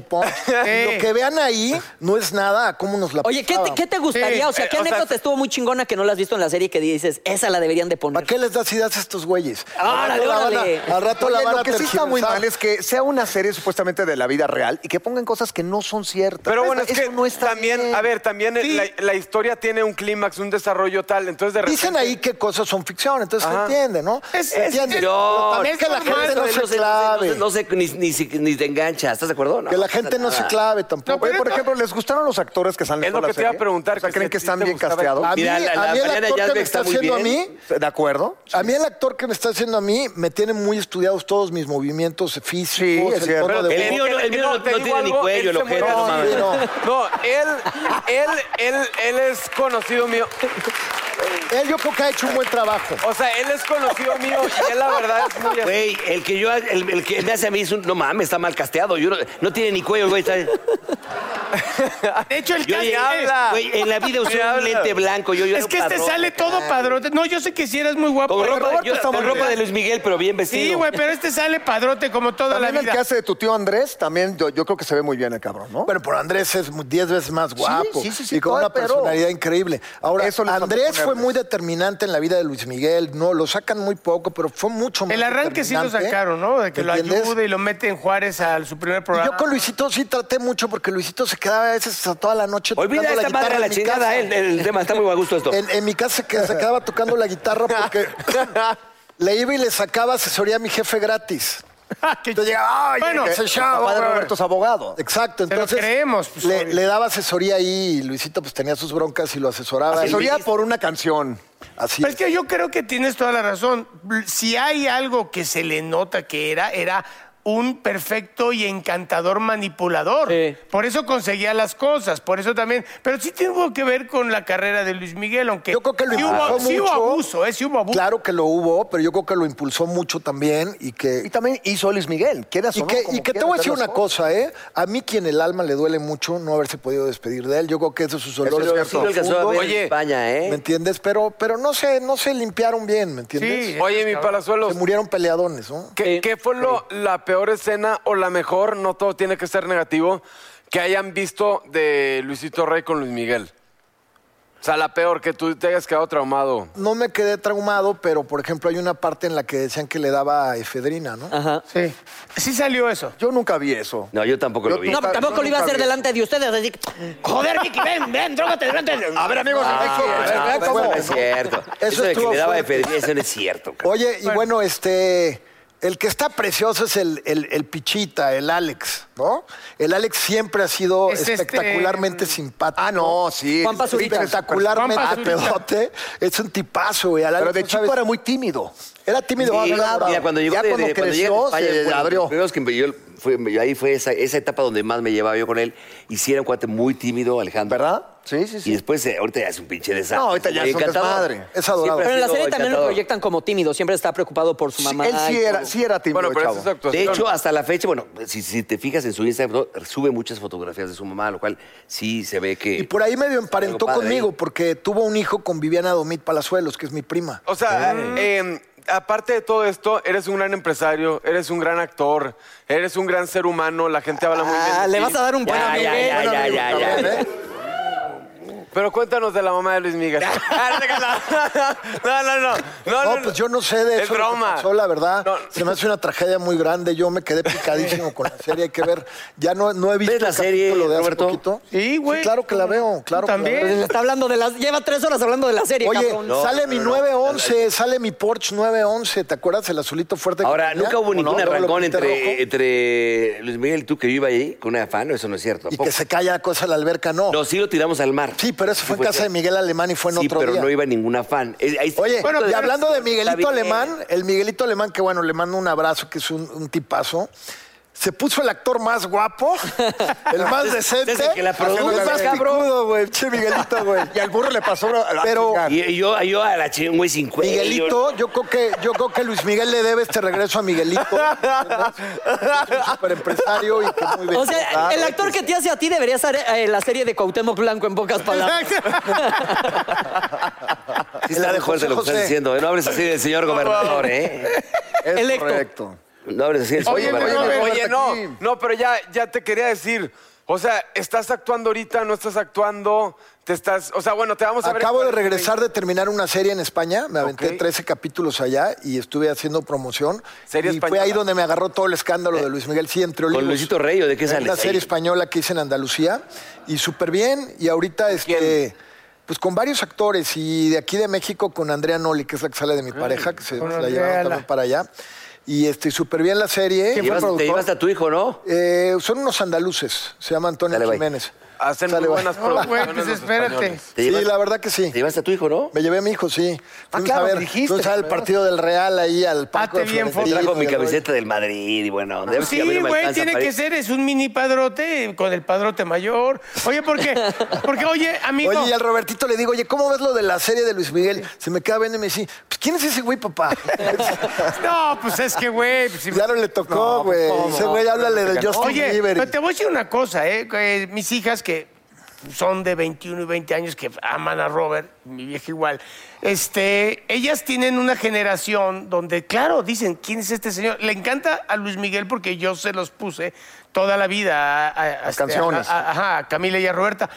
I: punk. Y Lo que vean ahí no es nada a cómo nos la
G: Oye, ¿qué te,
I: pasaban.
G: qué te gustaría? o sea, ¿qué
H: eh, o sea-
G: anécdota estuvo muy chingona que no la has visto en la serie que dices, esa la deberían de poner?
I: ¿Para qué les das ideas a estos güeyes?
G: Órale,
I: Al rato la van a-
G: órale.
I: Al rato la
D: Oye,
I: van a
D: lo que sí está muy
I: tergiversar.
D: mal es que sea una serie supuestamente de la vida real y que pongan cosas que no son ciertas.
H: Pero bueno, es
D: Eso
H: que
D: no está
H: también,
D: bien.
H: a ver, también la, la historia tiene un clímax, un desarrollo tal, entonces de repente...
I: Dicen ahí que cosas son ficción, entonces se
H: Ajá.
I: entiende, ¿no?
F: Es-
I: Se
F: es-
I: entiende.
F: es-
I: Pero también
F: es
I: que la
F: normal,
I: gente no
E: No,
I: se
E: sé,
I: clave.
E: No sé, no sé, ni, ni si- ni te engancha, ¿estás de acuerdo?
I: Que la
E: pasa
I: gente no se
E: nada.
I: clave tampoco.
F: No, pero
I: Oye,
D: Por ejemplo, ¿les gustaron los actores que salen
H: Es lo
D: por la
H: que te iba a
D: serie?
H: preguntar,
D: O sea,
H: que
D: ¿Creen
H: si
D: que
H: a ti
D: están
H: te
D: bien
H: gustaba-
D: casteados?
I: A mí,
E: Mira, la-
I: a
E: la
I: mí el
E: Mariana
I: actor que
E: Yazbek
I: me
E: está
I: está
E: muy
I: haciendo a
E: bien.
I: mí,
D: ¿De acuerdo?
I: a mí el actor que me está haciendo a mí, me tiene muy estudiados todos mis movimientos físicos,
D: Sí, es
I: el
D: cierto.
I: tono
E: El
I: de voz.
E: mío no- el mío no-
H: te
E: no
H: digo
E: tiene ni cuello,
H: él
E: el
H: se
E: ojete,
H: muere.
I: no mames.
H: No, él, él, él, él es conocido mío.
I: Él yo creo que ha hecho un buen trabajo.
H: O sea, él es conocido mío y él la verdad es muy así.
E: Güey, el que yo, el, el que me hace a mí es un, no mames, está mal casteado. Yo no, no tiene ni cuello, güey. Está,
F: De hecho, el
E: yo,
F: casting es-
E: güey, en la vida usé un lente blanco. Yo, yo
F: Es
E: era
F: que este
E: padrote.
F: sale todo padrote. No, yo sé que si eres muy guapo.
E: Con
F: pero
E: ropa,
F: Roberto
E: yo-
F: está
E: con
F: muy
E: ropa de
F: bien.
E: Luis Miguel, pero bien vestido.
F: Sí, güey, pero este sale padrote como toda la
D: También el
F: vida.
D: que hace de tu tío Andrés, también yo, yo creo que se ve muy bien el cabrón, ¿no?
I: Bueno, pero Andrés es 10 veces más guapo
D: sí, sí, sí,
I: y con
D: todo,
I: una
D: pero-
I: personalidad increíble. Ahora,
D: Eso les falta
I: Andrés fue
D: ponerles.
I: muy determinante en la vida de Luis Miguel. No, lo sacan muy poco, pero fue mucho más
F: El arranque sí lo
I: determinante.
F: sacaron, ¿no? De que lo
I: ¿Entiendes?
F: ayude y lo mete en Juárez a su primer
I: Y
F: programa.
I: Yo con Luisito sí traté mucho porque Luisito se quedaba a veces hasta toda la noche
E: Olvida
I: tocando
E: esta
I: la
E: madre
I: guitarra
E: a la
I: en mi
E: chingada,
I: casa.
E: el, el tema. Está muy a gusto esto.
I: En, en mi casa se qued- se quedaba tocando la guitarra
H: ¿eh?
I: porque le iba y le sacaba asesoría a mi jefe gratis.
F: Ah, Que-
I: Entonces llegaba, "Ay,
F: Bueno,
I: ese
F: el
I: chavo,
D: Padre
I: güey".
D: Roberto es abogado.
I: Exacto,
F: Te lo
I: entonces
F: creemos, pues,
I: le,
F: obvio.
I: le daba asesoría ahí y Luisito pues tenía sus broncas y lo asesoraba.
D: Asesoría por una canción.
I: Así
F: Pero
I: es.
F: es que yo creo que tienes toda la razón. Si hay algo que se le nota que era, era un perfecto y encantador manipulador.
G: Sí.
F: Por eso conseguía las cosas, por eso también. Pero sí tuvo que ver con la carrera de Luis Miguel, aunque.
I: Yo creo que lo
F: sí hubo,
I: impulsó
F: sí hubo
I: mucho.
F: abuso, ¿eh? Sí hubo abuso.
I: Claro que lo hubo, pero yo creo que lo impulsó mucho también y que...
D: Y también hizo Luis Miguel. Quieras
I: Y
D: o no,
I: que, y
D: como
I: que te
D: quieras
I: voy a decir
D: ver las
I: una cosa, ¿eh? A mí quien el alma le duele mucho no haberse podido despedir de él. Yo creo que ese es sus dolores
D: es
I: más
D: cierto.
E: Sí lo alcanzó a ver
I: profundos.
E: en España, ¿eh?
I: ¿Me entiendes? Pero, pero no se, no se limpiaron bien, ¿me entiendes?
F: Sí.
H: Oye, mi
I: Se
H: palazuelos,
I: murieron peleadones, ¿no?
H: ¿qué, qué fue lo- la peor escena o la mejor? No todo tiene que ser negativo. Que hayan visto de Luisito Rey con Luis Miguel. O sea, la peor, que tú te hayas quedado traumado.
I: No me quedé traumado, pero por ejemplo hay una parte en la que decían que le daba efedrina, ¿no?
G: Ajá.
F: Sí. Sí salió eso.
D: Yo nunca vi eso.
E: No, yo tampoco lo vi.
G: No, tampoco lo iba a hacer delante de ustedes. Así que,
F: Joder, Mickey, ven, ven, drógate delante. de-
D: A ver, amigos,
E: Ah,
D: ¿cómo?
E: eso no es cierto. Eso, de que
I: estuvo
E: le daba
I: fuerte.
E: efedrina, eso no es cierto. cabrón.
I: Oye, y bueno, este. El que está precioso es el, el- el Pichita, el Alex, ¿no? El Alex siempre ha sido
F: Es este,
I: espectacularmente
F: mm,
I: simpático.
D: Ah, no, sí.
G: Juan Pazurita.
I: Espectacularmente
F: Juan Pazurita.
I: pedote. Es un tipazo, güey. Al
D: Pero
I: Alex,
D: de
I: no
D: chico
I: sabes-
D: era muy tímido.
I: Era tímido.
E: Sí,
I: era enamorado.
E: mira, cuando llegó
I: ya
E: de-
I: cuando
E: de- cuando
I: creció,
E: llega de España,
I: se
E: bueno,
I: abrió.
E: los primeros que me- yo- fue- ahí fue esa, esa etapa donde más me llevaba yo con él. Y sí era un cuate muy tímido, Alejandro.
D: ¿Verdad? Sí, sí,
E: Y
D: sí.
E: después, eh, ahorita ya es un pinche desastre.
D: No, ahorita ya es un
E: Encantador.
D: desmadre.
I: Es adorable.
E: Siempre ha
G: Pero en la
E: sido
G: serie también lo
E: encantador.
G: proyectan como tímido. Siempre está preocupado por su
D: Sí,
G: mamá.
D: Él sí
G: y
D: era,
G: todo.
D: sí era tímido,
H: Bueno, pero esa
D: chavo.
H: es su
E: De
H: actuación.
E: hecho, hasta la fecha, bueno, si, si te fijas en su Instagram, ¿no? sube muchas fotografías de su mamá, lo cual sí se ve que...
I: Y por ahí medio emparentó
E: Algo padre
I: conmigo,
E: ahí.
I: porque tuvo un hijo con Viviana Domit Palazuelos, que es mi prima.
H: O sea, eh, aparte de todo esto, eres un gran empresario, eres un gran actor, eres un gran ser humano, la gente habla muy bien. de
G: Ah, le
H: ti.
G: vas a dar un buen
E: Ya,
G: amigo.
E: ya, ya, ya, ya, ya,
I: ¿eh?
E: ya.
H: Pero cuéntanos de la mamá de Luis Miguel. Ah, no, no, no. No,
I: No, pues yo no sé de
H: Es
I: eso. lo que
H: broma.
I: pasó, la verdad.
H: No.
I: Se me hace una tragedia muy grande. Yo me quedé picadísimo con la serie. Hay que ver. Ya no, no he visto
E: ¿Ves la
I: el
E: serie,
I: capítulo de hace
E: Roberto?
I: poquito.
F: Sí, güey.
I: claro que la veo. Claro que la
F: También.
I: veo.
G: Pues está hablando de las. Lleva tres horas hablando de la serie,
I: Oye,
G: cabrón.
E: No,
I: sale
E: no,
I: mi
E: no, no.
I: 911, sale mi Porsche 911. ¿Te acuerdas el azulito fuerte? que
E: Ahora,
I: tenía?
E: nunca hubo
I: ¿O no?
E: ningún
I: Luego lo
E: arrancón
I: pinté rojo.
E: entre, eh, entre Luis Miguel y tú que yo iba ahí con una afán, no, eso no es cierto.
I: Y
E: tampoco.
I: que se calla la cosa en la alberca, no.
E: No, sí lo tiramos al mar.
I: Sí, pero eso fue en casa de Miguel Alemán y fue en
E: sí,
I: otro
E: pero
I: día.
E: no iba ningún afán. Eh, ahí-
I: Oye,
F: Bueno,
I: y
F: pero-
I: hablando de
E: Está
I: Miguelito
E: bien.
I: Alemán, el Miguelito Alemán, que bueno, le mando un abrazo, que es un, un tipazo. Se puso el actor más guapo, el más decente,
E: desde que la produjo,
I: el más
E: cabrón.
I: picudo, güey, che Miguelito, güey.
D: Y al burro le pasó una- la-
I: Pero
E: Y, y yo, y yo a la chingada, güey, sin cuello.
I: Miguelito, yo creo que yo creo que Luis Miguel le debe este regreso a Miguelito, super empresario y que muy bien.
G: O sea, el actor que te hace a ti debería ser eh, la serie de Cuauhtémoc Blanco en pocas palabras.
E: Sí está
I: la de
E: mejor de
I: José
E: lo que estás
I: José.
E: diciendo. ¿eh? No hables así del señor gobernador, ¿eh?
D: es
G: Electo.
D: correcto.
E: No hables así del señor
F: Oye,
E: gobernador.
F: pero-
H: Oye, no,
D: aquí.
H: no, pero ya, ya te quería decir. O sea, estás actuando ahorita, no estás actuando, te estás. O sea, bueno, te vamos Pues a ver.
I: Acabo de regresar de terminar una serie en España, me aventé
H: Ok.
I: 13 capítulos allá y estuve haciendo promoción.
H: Serie
I: y
H: española. Eh,
I: fue ahí donde me agarró todo el escándalo de Luis Miguel, sí, entre olivos.
E: Luisito Rey o de qué sales
I: Una
E: ahí?
I: serie española que hice en Andalucía y súper bien y ahorita este... Pues con varios actores y de aquí de México con Andrea Noli, que es la que sale de mi pareja, que se,
F: Con
I: se la
F: Andrea,
I: llevaron
F: la-
I: también para allá. Y este, súper bien la serie.
E: Llevas- te llevaste a tu hijo, ¿no?
I: Eh, son unos andaluces, se llama Antonio
E: Dale, bye.
I: Jiménez.
H: hacen
I: Sale,
H: muy
I: güey.
H: buenas
I: No, güey,
H: producciones.
F: pues,
H: los
F: espérate.
H: españoles.
E: ¿Te
I: Sí,
E: llevas-
I: la verdad que sí.
E: Te llevaste a tu hijo, ¿no?
I: Me llevé a mi hijo, sí. Fuimos
D: claro,
I: a ver,
D: dijiste,
I: fuimos a ver el
D: ¿verdad?
I: partido del Real ahí al
F: Hazte
I: Paco de
F: bien,
I: Florentino
E: Trajo
I: y
E: mi
I: el rollo.
E: camiseta del Madrid y bueno, onda. Es que
F: Sí,
E: a mí no me
F: güey,
E: alcanza
F: tiene
E: para
F: que
E: ir.
F: ser, es un mini padrote con el padrote mayor. Oye, ¿por qué? Porque, oye, amigo.
I: Oye, y al Robertito le digo, oye, ¿cómo ves lo de la serie de Luis Miguel? Se me queda viendo y me dice, pues, ¿quién es ese güey, papá?
F: No, pues es que, güey. pues, si-
I: ya no le tocó, güey. ese güey, háblale de Justin
F: Oye,
I: Bieber.
F: pero te voy a decir una cosa, ¿eh? Que Mis hijas que son de 21 y 20 años que aman a Robert, mi vieja igual. Este, ellas tienen una generación donde, claro, dicen, ¿quién es este señor? Le encanta a Luis Miguel porque yo se los puse toda la vida a, a- a- este,
D: canciones.
F: a- a- ajá, a Camila y a Roberta.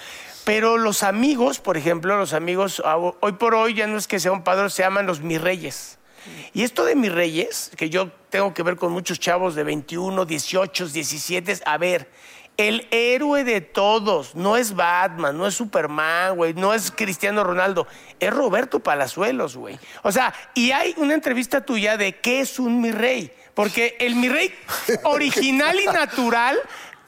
F: Pero los amigos, por ejemplo, los amigos, ah, hoy por hoy ya no es que sea un padre, se llaman los mis reyes. Y esto de mis reyes, que yo tengo que ver con muchos chavos de 21, 18, 17, a ver, el héroe de todos no es Batman, no es Superman, güey, no es Cristiano Ronaldo, es Roberto Palazuelos, güey. O sea, y hay una entrevista tuya de qué es un mi rey, porque el mi rey original y natural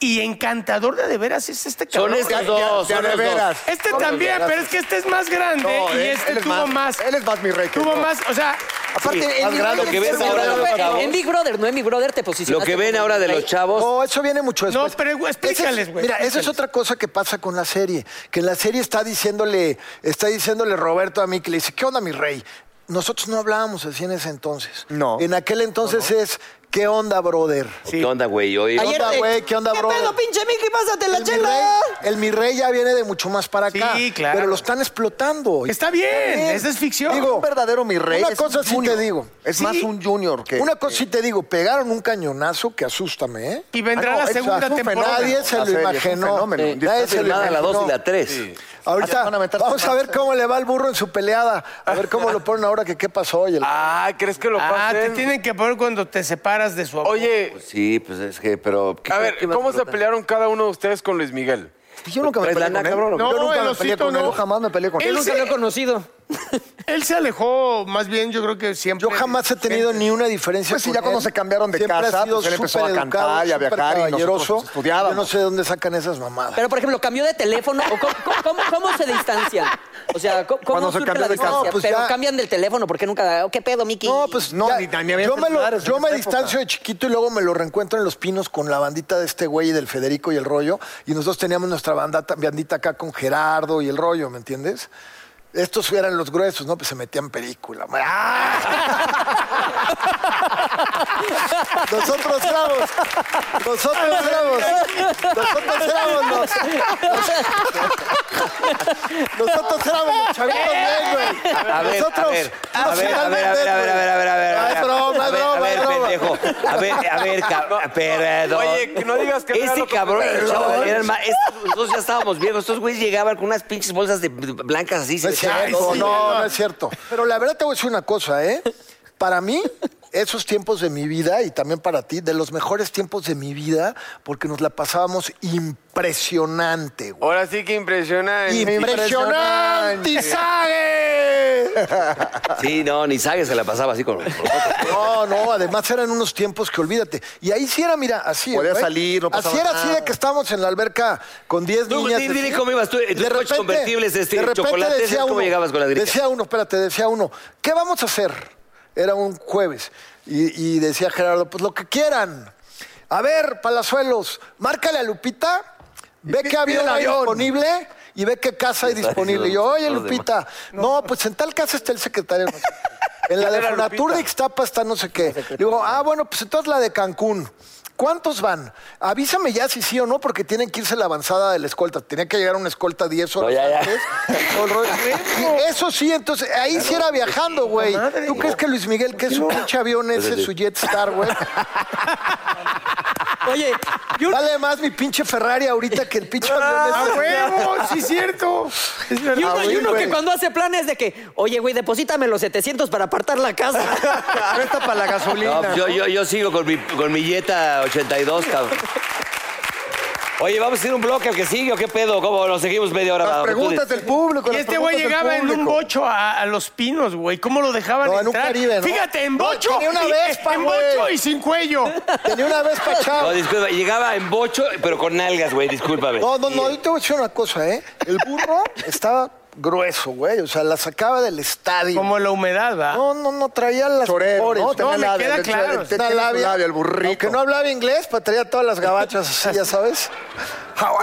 F: y encantador de de veras es este
E: Son
F: cabrón.
E: estos dos.
D: de
E: son los dos.
D: veras.
F: Este también, pero es que este es más grande
D: No,
F: y
D: él-
F: este
D: él es
F: tuvo más,
D: Él es más mi rey. que
F: tuvo
D: yo.
F: más, o sea,
D: Aparte, él
E: más
D: mi
E: grande
D: rey
E: que
D: es
E: ves
D: mi
E: ahora
D: rey.
E: de los chavos.
G: En Big Brother, no en Big Brother te
E: Lo
G: posicionaste.
E: que ven
G: como
E: ahora de
G: rey.
E: los chavos.
I: No, eso viene mucho
F: No,
I: después.
F: pero, güey,
I: Ese es-
F: explícales, güey,
I: Mira, esa
F: explícales.
I: es otra cosa que pasa con la serie. Que en la serie está diciéndole, está diciéndole Roberto a mí que le dice, ¿qué onda, mi rey? Nosotros no hablábamos así en ese entonces.
D: No.
I: En aquel entonces es, ¿qué onda, brother?
E: ¿Qué onda, güey? Hoy
I: Ayer- onda,
G: eh,
I: güey? ¿Qué onda,
G: ¿Qué
I: brother?
G: pedo, pinche Mickey? Pásate la
I: El mi,
G: chela.
I: rey, el mi rey ya viene de mucho más para
F: Sí,
I: acá.
F: claro.
I: Pero lo están explotando.
F: Está bien, esa es ficción.
I: Digo,
D: un verdadero mi rey.
I: Una
D: es
I: cosa
D: un
I: sí
D: junior.
I: te digo.
D: Es
I: Sí.
D: más un junior que.
I: Una cosa sí te digo, pegaron un cañonazo que asústame, ¿eh?
F: y vendrá
D: Ah, no,
F: la
D: es-
F: segunda
D: es un
F: temporada.
I: Nadie se
D: La
I: lo
D: serie, es un
I: imaginó.
D: fenómeno.
I: Nadie
D: Está
I: se lo
E: firmada la 2 y
I: imaginó.
E: la 3.
I: Ahorita
D: van a aventar
I: vamos
D: sus
I: a ver
D: manchas.
I: cómo le va el burro en su peleada. A ver cómo lo ponen ahora que qué pasó. Y el-
H: Ah, ¿crees que lo
F: Ah, te
H: pasen?
F: tienen que poner cuando te separas de su amor.
H: Oye,
E: Sí, pues es que, pero. ¿qué-
H: a ver,
E: qué más
H: ¿cómo se
E: preguntan?
H: pelearon cada uno de ustedes con Luis Miguel?
D: Yo nunca me
E: ¿Traes
D: peleé
E: lana,
D: con él.
E: cabrón, o qué?
D: Yo
F: No,
D: nunca
F: el
D: me peleé
F: osito
D: con él.
F: no.
D: Yo jamás me peleé con
F: Él
D: él.
F: se-
G: Nunca lo he conocido.
F: él se alejó más bien, yo creo que siempre.
I: Yo jamás he tenido ni una diferencia.
D: Pues sí,
I: con
D: ya cuando
I: él.
D: se cambiaron de
I: Siempre ha
D: casa,
I: sido
D: pues él empezó
I: súper
D: a cantar y a
I: educado, súper
D: viajar y nosotros
I: caballeroso.
D: estudiábamos.
I: Yo no sé de dónde sacan esas mamadas.
G: Pero, por ejemplo, cambió de teléfono. ¿O cómo, cómo- cómo- cómo se distancian? O sea, ¿cómo, cómo
D: Cuando se
G: surge
D: cambió
G: la
D: de
G: distancia?
I: No, pues
G: Pero
I: ya.
G: cambian del teléfono, ¿por qué nunca? oh, ¿Qué pedo, Mickey?
I: No, pues
D: No,
I: ya-
D: ni- ni había
I: yo me, lo-
D: celulares en
I: yo me
D: esa
I: distancio de chiquito y luego me lo reencuentro en Los Pinos con la bandita de este güey y del Federico y el rollo. Y nosotros teníamos nuestra banda, bandita acá con Gerardo y el rollo, ¿me entiendes? Estos eran los gruesos, ¿no? Pues se metían película. ¡Ah! Nosotros éramos, nosotros éramos, nosotros éramos los, nosotros éramos los chavitos bien, güey.
E: A ver, a
I: Nosotros, Ah,
E: ver, a ver, a ver, a ver, a ver, a ver, a ver, a ver, a ver.
I: Es broma, es
E: A ver,
I: broma, es
E: A ver,
I: broma.
E: pendejo. A ver, a ver, cabrón. Perdón.
H: Oye, no digas que no era
E: Este
H: lo que-
E: cabrón, el
H: Perdón.
E: chavo, eran más. estos- Nosotros ya estábamos viejos. Estos güeyes llegaban con unas pinches bolsas de blancas así.
I: No
E: se
I: es
E: metían.
I: cierto, Pues no, no es cierto. Pero la verdad te voy a decir una cosa, ¿eh? Para mí, esos tiempos de mi vida y también para ti, de los mejores tiempos de mi vida, porque nos la pasábamos impresionante, güey.
H: Ahora sí que impresiona.
I: ¡Impresionante,
E: Sí, no, ni Sague se la pasaba así con.
I: No, no, además eran unos tiempos que olvídate. Y ahí sí era, mira, así.
D: Podía
I: güey.
D: salir, no pasaba
I: Así era, así
D: nada.
I: de que estábamos en la alberca con 10
E: Tú,
I: niñas.
E: di-
I: así.
E: dile cómo ibas tú, en tus coches convertibles, este,
I: de repente
E: chocolates,
I: decía
E: ¿cómo
I: uno,
E: llegabas con la grilla?
I: Decía uno, espérate, decía uno, ¿qué vamos a hacer? Era un jueves. Y, y decía Gerardo, pues lo que quieran. A ver, Palazuelos, márcale a Lupita, ve qué avión hay disponible y ve qué casa hay
E: Está
I: disponible. Y
E: diciendo
I: yo,
E: los
I: oye,
E: demás.
I: Lupita, no, pues en tal casa está el secretario. no sé qué. En la de
H: era
I: Fonatur
H: Lupita?
I: de Ixtapa está no sé qué. Le digo, ah, bueno, pues entonces la de Cancún. ¿Cuántos van? Avísame ya si sí o no, porque tienen que irse la avanzada de la escolta. Tenía que llegar una escolta 10 horas
E: No, ya, ya.
I: antes. Todo el rollo. Y Eso sí, entonces ahí sí era viajando, güey. ¿Tú crees que Luis Miguel, que es un pinche avión ese, su Jetstar, güey?
G: Oye, yo-
I: Vale más mi pinche Ferrari ahorita que el pinche avión
F: ¡A
I: ese.
F: huevo! ¡Sí, es cierto! Es verdad.
G: Y uno,
I: Ah,
G: y
I: sí,
G: uno
I: güey.
G: que cuando hace planes de que, oye, güey, deposítame los 700 para apartar la casa.
D: Presta para la
I: pues,
D: gasolina.
E: No, yo, yo, yo sigo con mi, con mi Jetta 82, cabrón. Oye, vamos a ir un bloque al que sigue o qué pedo, cómo nos seguimos media hora.
I: Las
E: Tú
I: preguntas
E: dices.
I: del público.
F: Y
I: las
F: este güey
I: preguntas del
F: llegaba en un
I: público.
F: bocho a, a los pinos, güey. ¿Cómo lo dejaban
I: No, en un
F: entrar?
I: Caribe, ¿no?
F: Fíjate, en
I: No,
F: bocho.
I: tenía una
F: y-
I: Vespa,
F: en
I: güey.
F: bocho y sin cuello.
I: Tenía una vez
E: No,
I: pachado.
E: disculpa, llegaba en bocho, pero con nalgas, güey, discúlpame.
I: No, no, no, yo te voy a decir una cosa, ¿eh? El burro estaba grueso, güey. O sea, la sacaba del estadio.
F: Como la humedad, ¿va?
I: No, no, no, traía las
D: Chorero,
I: mejores.
D: ¿no?
F: Tenía No, me labia, queda tenía- claro.
D: tenía su labia, el burrito.
I: Aunque no hablaba inglés, pero traía todas las gabachas así, ya sabes.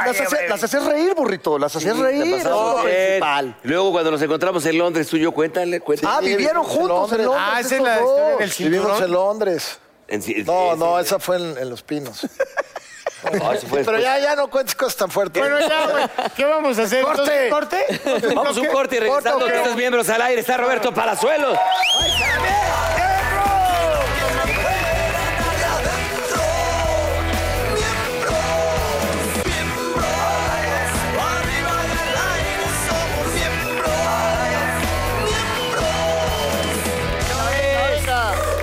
D: Las hacías, las hacías reír, burrito, las hacías reír.
E: Pasamos
D: eso es lo
E: bien.
D: principal.
E: Eh, Luego, cuando nos encontramos en Londres, tú y yo, cuéntale, cuéntale.
I: Ah, vivieron
D: vivimos en
I: juntos en
D: Londres.
I: Londres.
F: Ah, esa es
I: estos
F: la
I: dos.
F: historia del
I: Vivimos
F: cinturón.
I: en Londres.
E: En sí-
I: No,
E: sí,
I: no,
E: sí.
I: esa fue en, en Los Pinos.
E: Ah, eso fue
I: Pero
E: después.
I: ya, ya no cuentes cosas tan fuertes.
F: Bueno, ya, güey. ¿Qué vamos a hacer?
I: ¡Corte!
F: ¿Corte?
E: Vamos a un corte y regresando
I: ¿Corto o qué?
E: a estos miembros al aire. Está Roberto Palazuelos.
C: Arriba del aire somos miembros.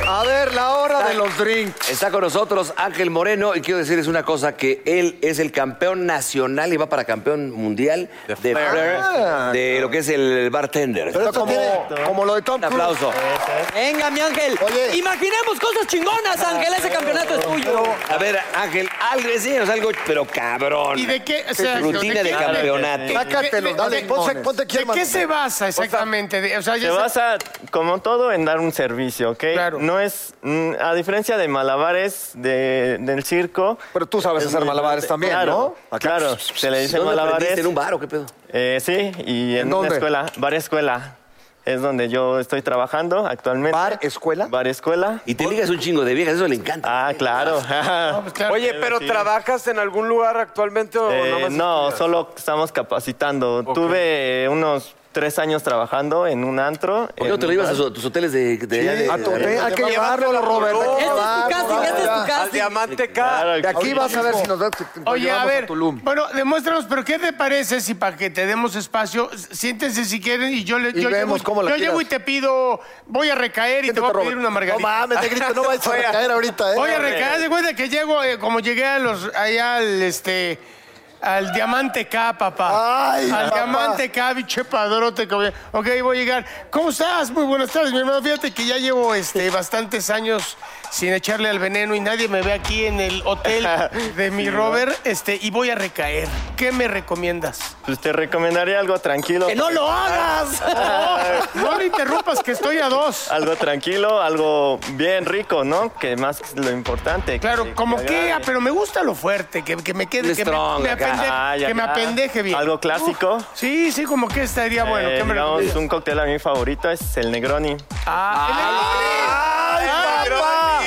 I: A ver, la hora de los drinks.
E: Está con nosotros Ángel Moreno y quiero decirles una cosa, que él es el campeón nacional y va para campeón mundial de flair, de lo que es el bartender.
I: Ah. Pero esto tiene, como lo de Tom
E: Un
I: Cruise.
E: aplauso.
G: Venga, mi ángel.
I: Oye.
G: Imaginemos cosas chingonas, Ángel. Ese campeonato es tuyo.
E: A ver, Ángel, algo, enséñanos algo, pero cabrón.
F: ¿Y de qué? O sea,
E: Rutina de
F: qué-
E: campeonato.
I: Sácatelo,
F: de-
I: dale,
F: de-
I: ponte, ponte aquí
F: ¿De
I: hermano.
F: qué se basa exactamente? De- O sea, ya
J: Te
F: sé-
J: basa, como todo, en dar un servicio, ¿ok?
F: Claro.
J: No es, mm, a diferencia de malabares de- del circo.
D: Pero tú sabes
J: es
D: hacer
J: muy
D: malabares
J: diferente.
D: también,
J: Claro,
D: ¿no? Acá.
J: Claro,
I: pues,
J: se le dice
E: ¿Dónde
J: malabares.
E: aprendiste? ¿En un bar o qué pedo?
J: Eh, sí, y en,
D: dónde?
J: una escuela, bar escuela. Es donde yo estoy trabajando actualmente.
D: ¿Bar escuela?
J: Bar escuela.
E: Y te ligas un chingo de viejas, eso le encanta.
J: Ah, claro.
F: No, pues claro.
H: Oye, pero ¿trabajas en algún lugar actualmente o
J: Eh,
H: nomás
J: no,
H: estudias?
J: solo estamos capacitando. Tuve eh, unos tres años trabajando en un antro.
E: ¿Por qué no
J: en
E: te lo
J: un
E: llevas a,
J: bar.
E: su- tus hoteles de... de- de-
D: A tu- eh, hay que llevarlo, Roberto. hay que
G: Este es tu
D: llevarlo.
G: casting, este es tu
H: Al
G: casting.
H: diamante K.
J: Claro,
D: De aquí
J: ahorita
D: vas a ver
J: mismo.
D: si nos da. te- te
F: Oye,
D: llevamos
F: a ver,
D: Tulum.
F: bueno, demuéstranos, pero ¿qué te parece si para que te demos espacio, s- siéntense si quieren y yo le
D: Y
F: yo
D: vemos
F: llego, y-
D: cómo la
F: yo llego y
D: tiras.
F: te pido, voy a recaer y te voy a
D: Siéntate,
F: pedir
D: Robert.
F: una
I: No
F: margarita.
I: mames, te grito, no vayas a caer ahorita, ¿eh?
F: voy a recaer, de cuenta que llego, eh, como llegué a los, allá al, este, al Diamante K, papá.
I: Ay,
F: al
I: papá.
F: Diamante K, biche padrote. como- Ok, voy a llegar. ¿Cómo estás? Muy buenas tardes, mi hermano. Fíjate que ya llevo este, bastantes años sin echarle al veneno y nadie me ve aquí en el hotel de mi Robert este, y voy a recaer. ¿Qué me recomiendas?
J: Pues te recomendaría algo tranquilo.
F: ¡Que no lo hagas! No, no le interrumpas, que estoy a dos.
J: Algo tranquilo, algo bien rico, ¿no? Que más es lo importante.
F: Claro, como que, ah, pero me gusta lo fuerte, que, que me quede,
E: Un
F: que me,
E: strong
F: me
E: acá.
F: apende- que me apendeje bien.
J: Algo clásico.
F: Sí, sí, como que estaría bueno.
J: Eh,
F: ¿qué me
J: digamos,
F: recomiendas?
J: un cóctel a mi favorito es el Negroni.
F: Ah, el Negroni. ¡Ay, papá!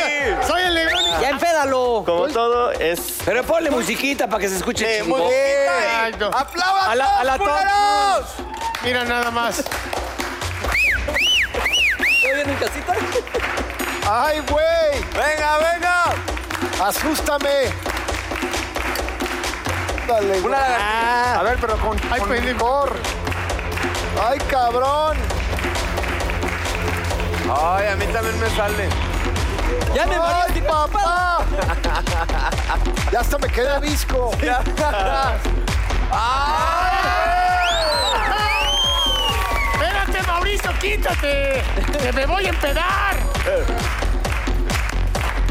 F: ¡Soy el Negroni!
G: Ya enfédalo.
J: Como todo, es
E: Pero ponle musiquita para que se escuche chingón.
F: Ay, no.
D: ¡Aplaudan
J: A la- a la
D: todos,
J: Tom
D: culeros!
F: Mira nada más.
G: ¿Todo bien en casita?
I: ¡Ay, güey!
H: Venga, venga.
I: ¡Asústame! Dale, güey.
H: Una lagartija.
I: A ver, pero con,
F: Ay,
I: con
F: pendejo.
I: vigor. ¡Ay, cabrón!
H: Ay, a mí también me sale.
G: Ya me morí.
I: ¡Ay, papá! Ya hasta me queda visco.
F: Espérate, Mauricio, quítate. Que me voy a empedar.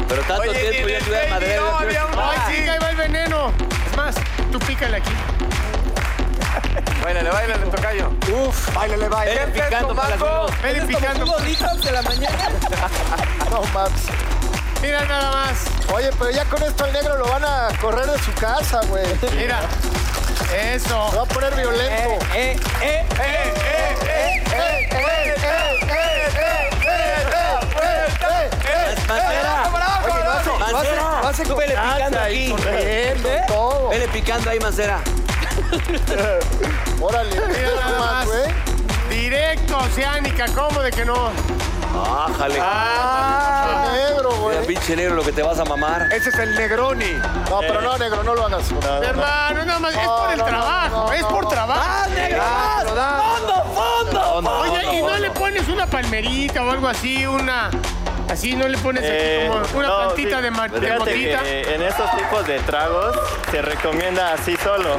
E: Pero tanto
H: Oye,
E: tiempo
H: ni
E: ya
H: de
E: te voy a
H: Baby,
E: madrear,
H: no,
E: ya te voy a-
H: había un-
F: Ay,
E: Ah.
F: sí, ahí va el veneno. Es más, tú pícale aquí.
H: Báilale, báilale, tocayo.
I: Uf, báilale, báilale.
E: Ven
H: ¿Qué
E: picando para las
H: Marco?
E: manos.
F: Vele picando.
G: Como gorditas de la mañana.
I: No mames.
F: Mira nada más.
I: Oye, pero ya con esto al negro lo van a correr de su casa, güey. Se
F: Mira. Eso.
I: va a poner violento.
G: Eh, eh, eh.
E: Mancera.
I: Oye, lo hace, lo hace,
E: Mancera.
I: lo hace
E: Tú
I: con
E: vele picando
I: picando
E: aquí.
I: corriendo y todo.
E: Vele picando ahí, Mancera.
I: Órale,
F: Mira nada más.
I: güey.
F: Directo, Oceánica. ¿Cómo de que no? Ah.
E: Ájale.
I: Negro,
E: Mira,
I: güey.
E: pinche negro, lo que te vas a mamar.
H: Ese es el Negroni.
I: No, pero no, negro, no lo hagas.
F: Hermano, nada más. Es por el
I: no, no,
F: trabajo.
I: no,
F: es
I: no,
F: por
I: no.
F: trabajo.
I: Dáselo, dáselo.
E: Onda,
F: Oye, ¿y no
E: onda.
F: le pones una palmerita o algo así? Una. Así no le pones
J: Eh,
F: aquí como una
J: no,
F: plantita
J: sí.
F: de, mar- de
J: Fíjate
F: motita.
J: que en estos tipos de tragos se recomienda así solo.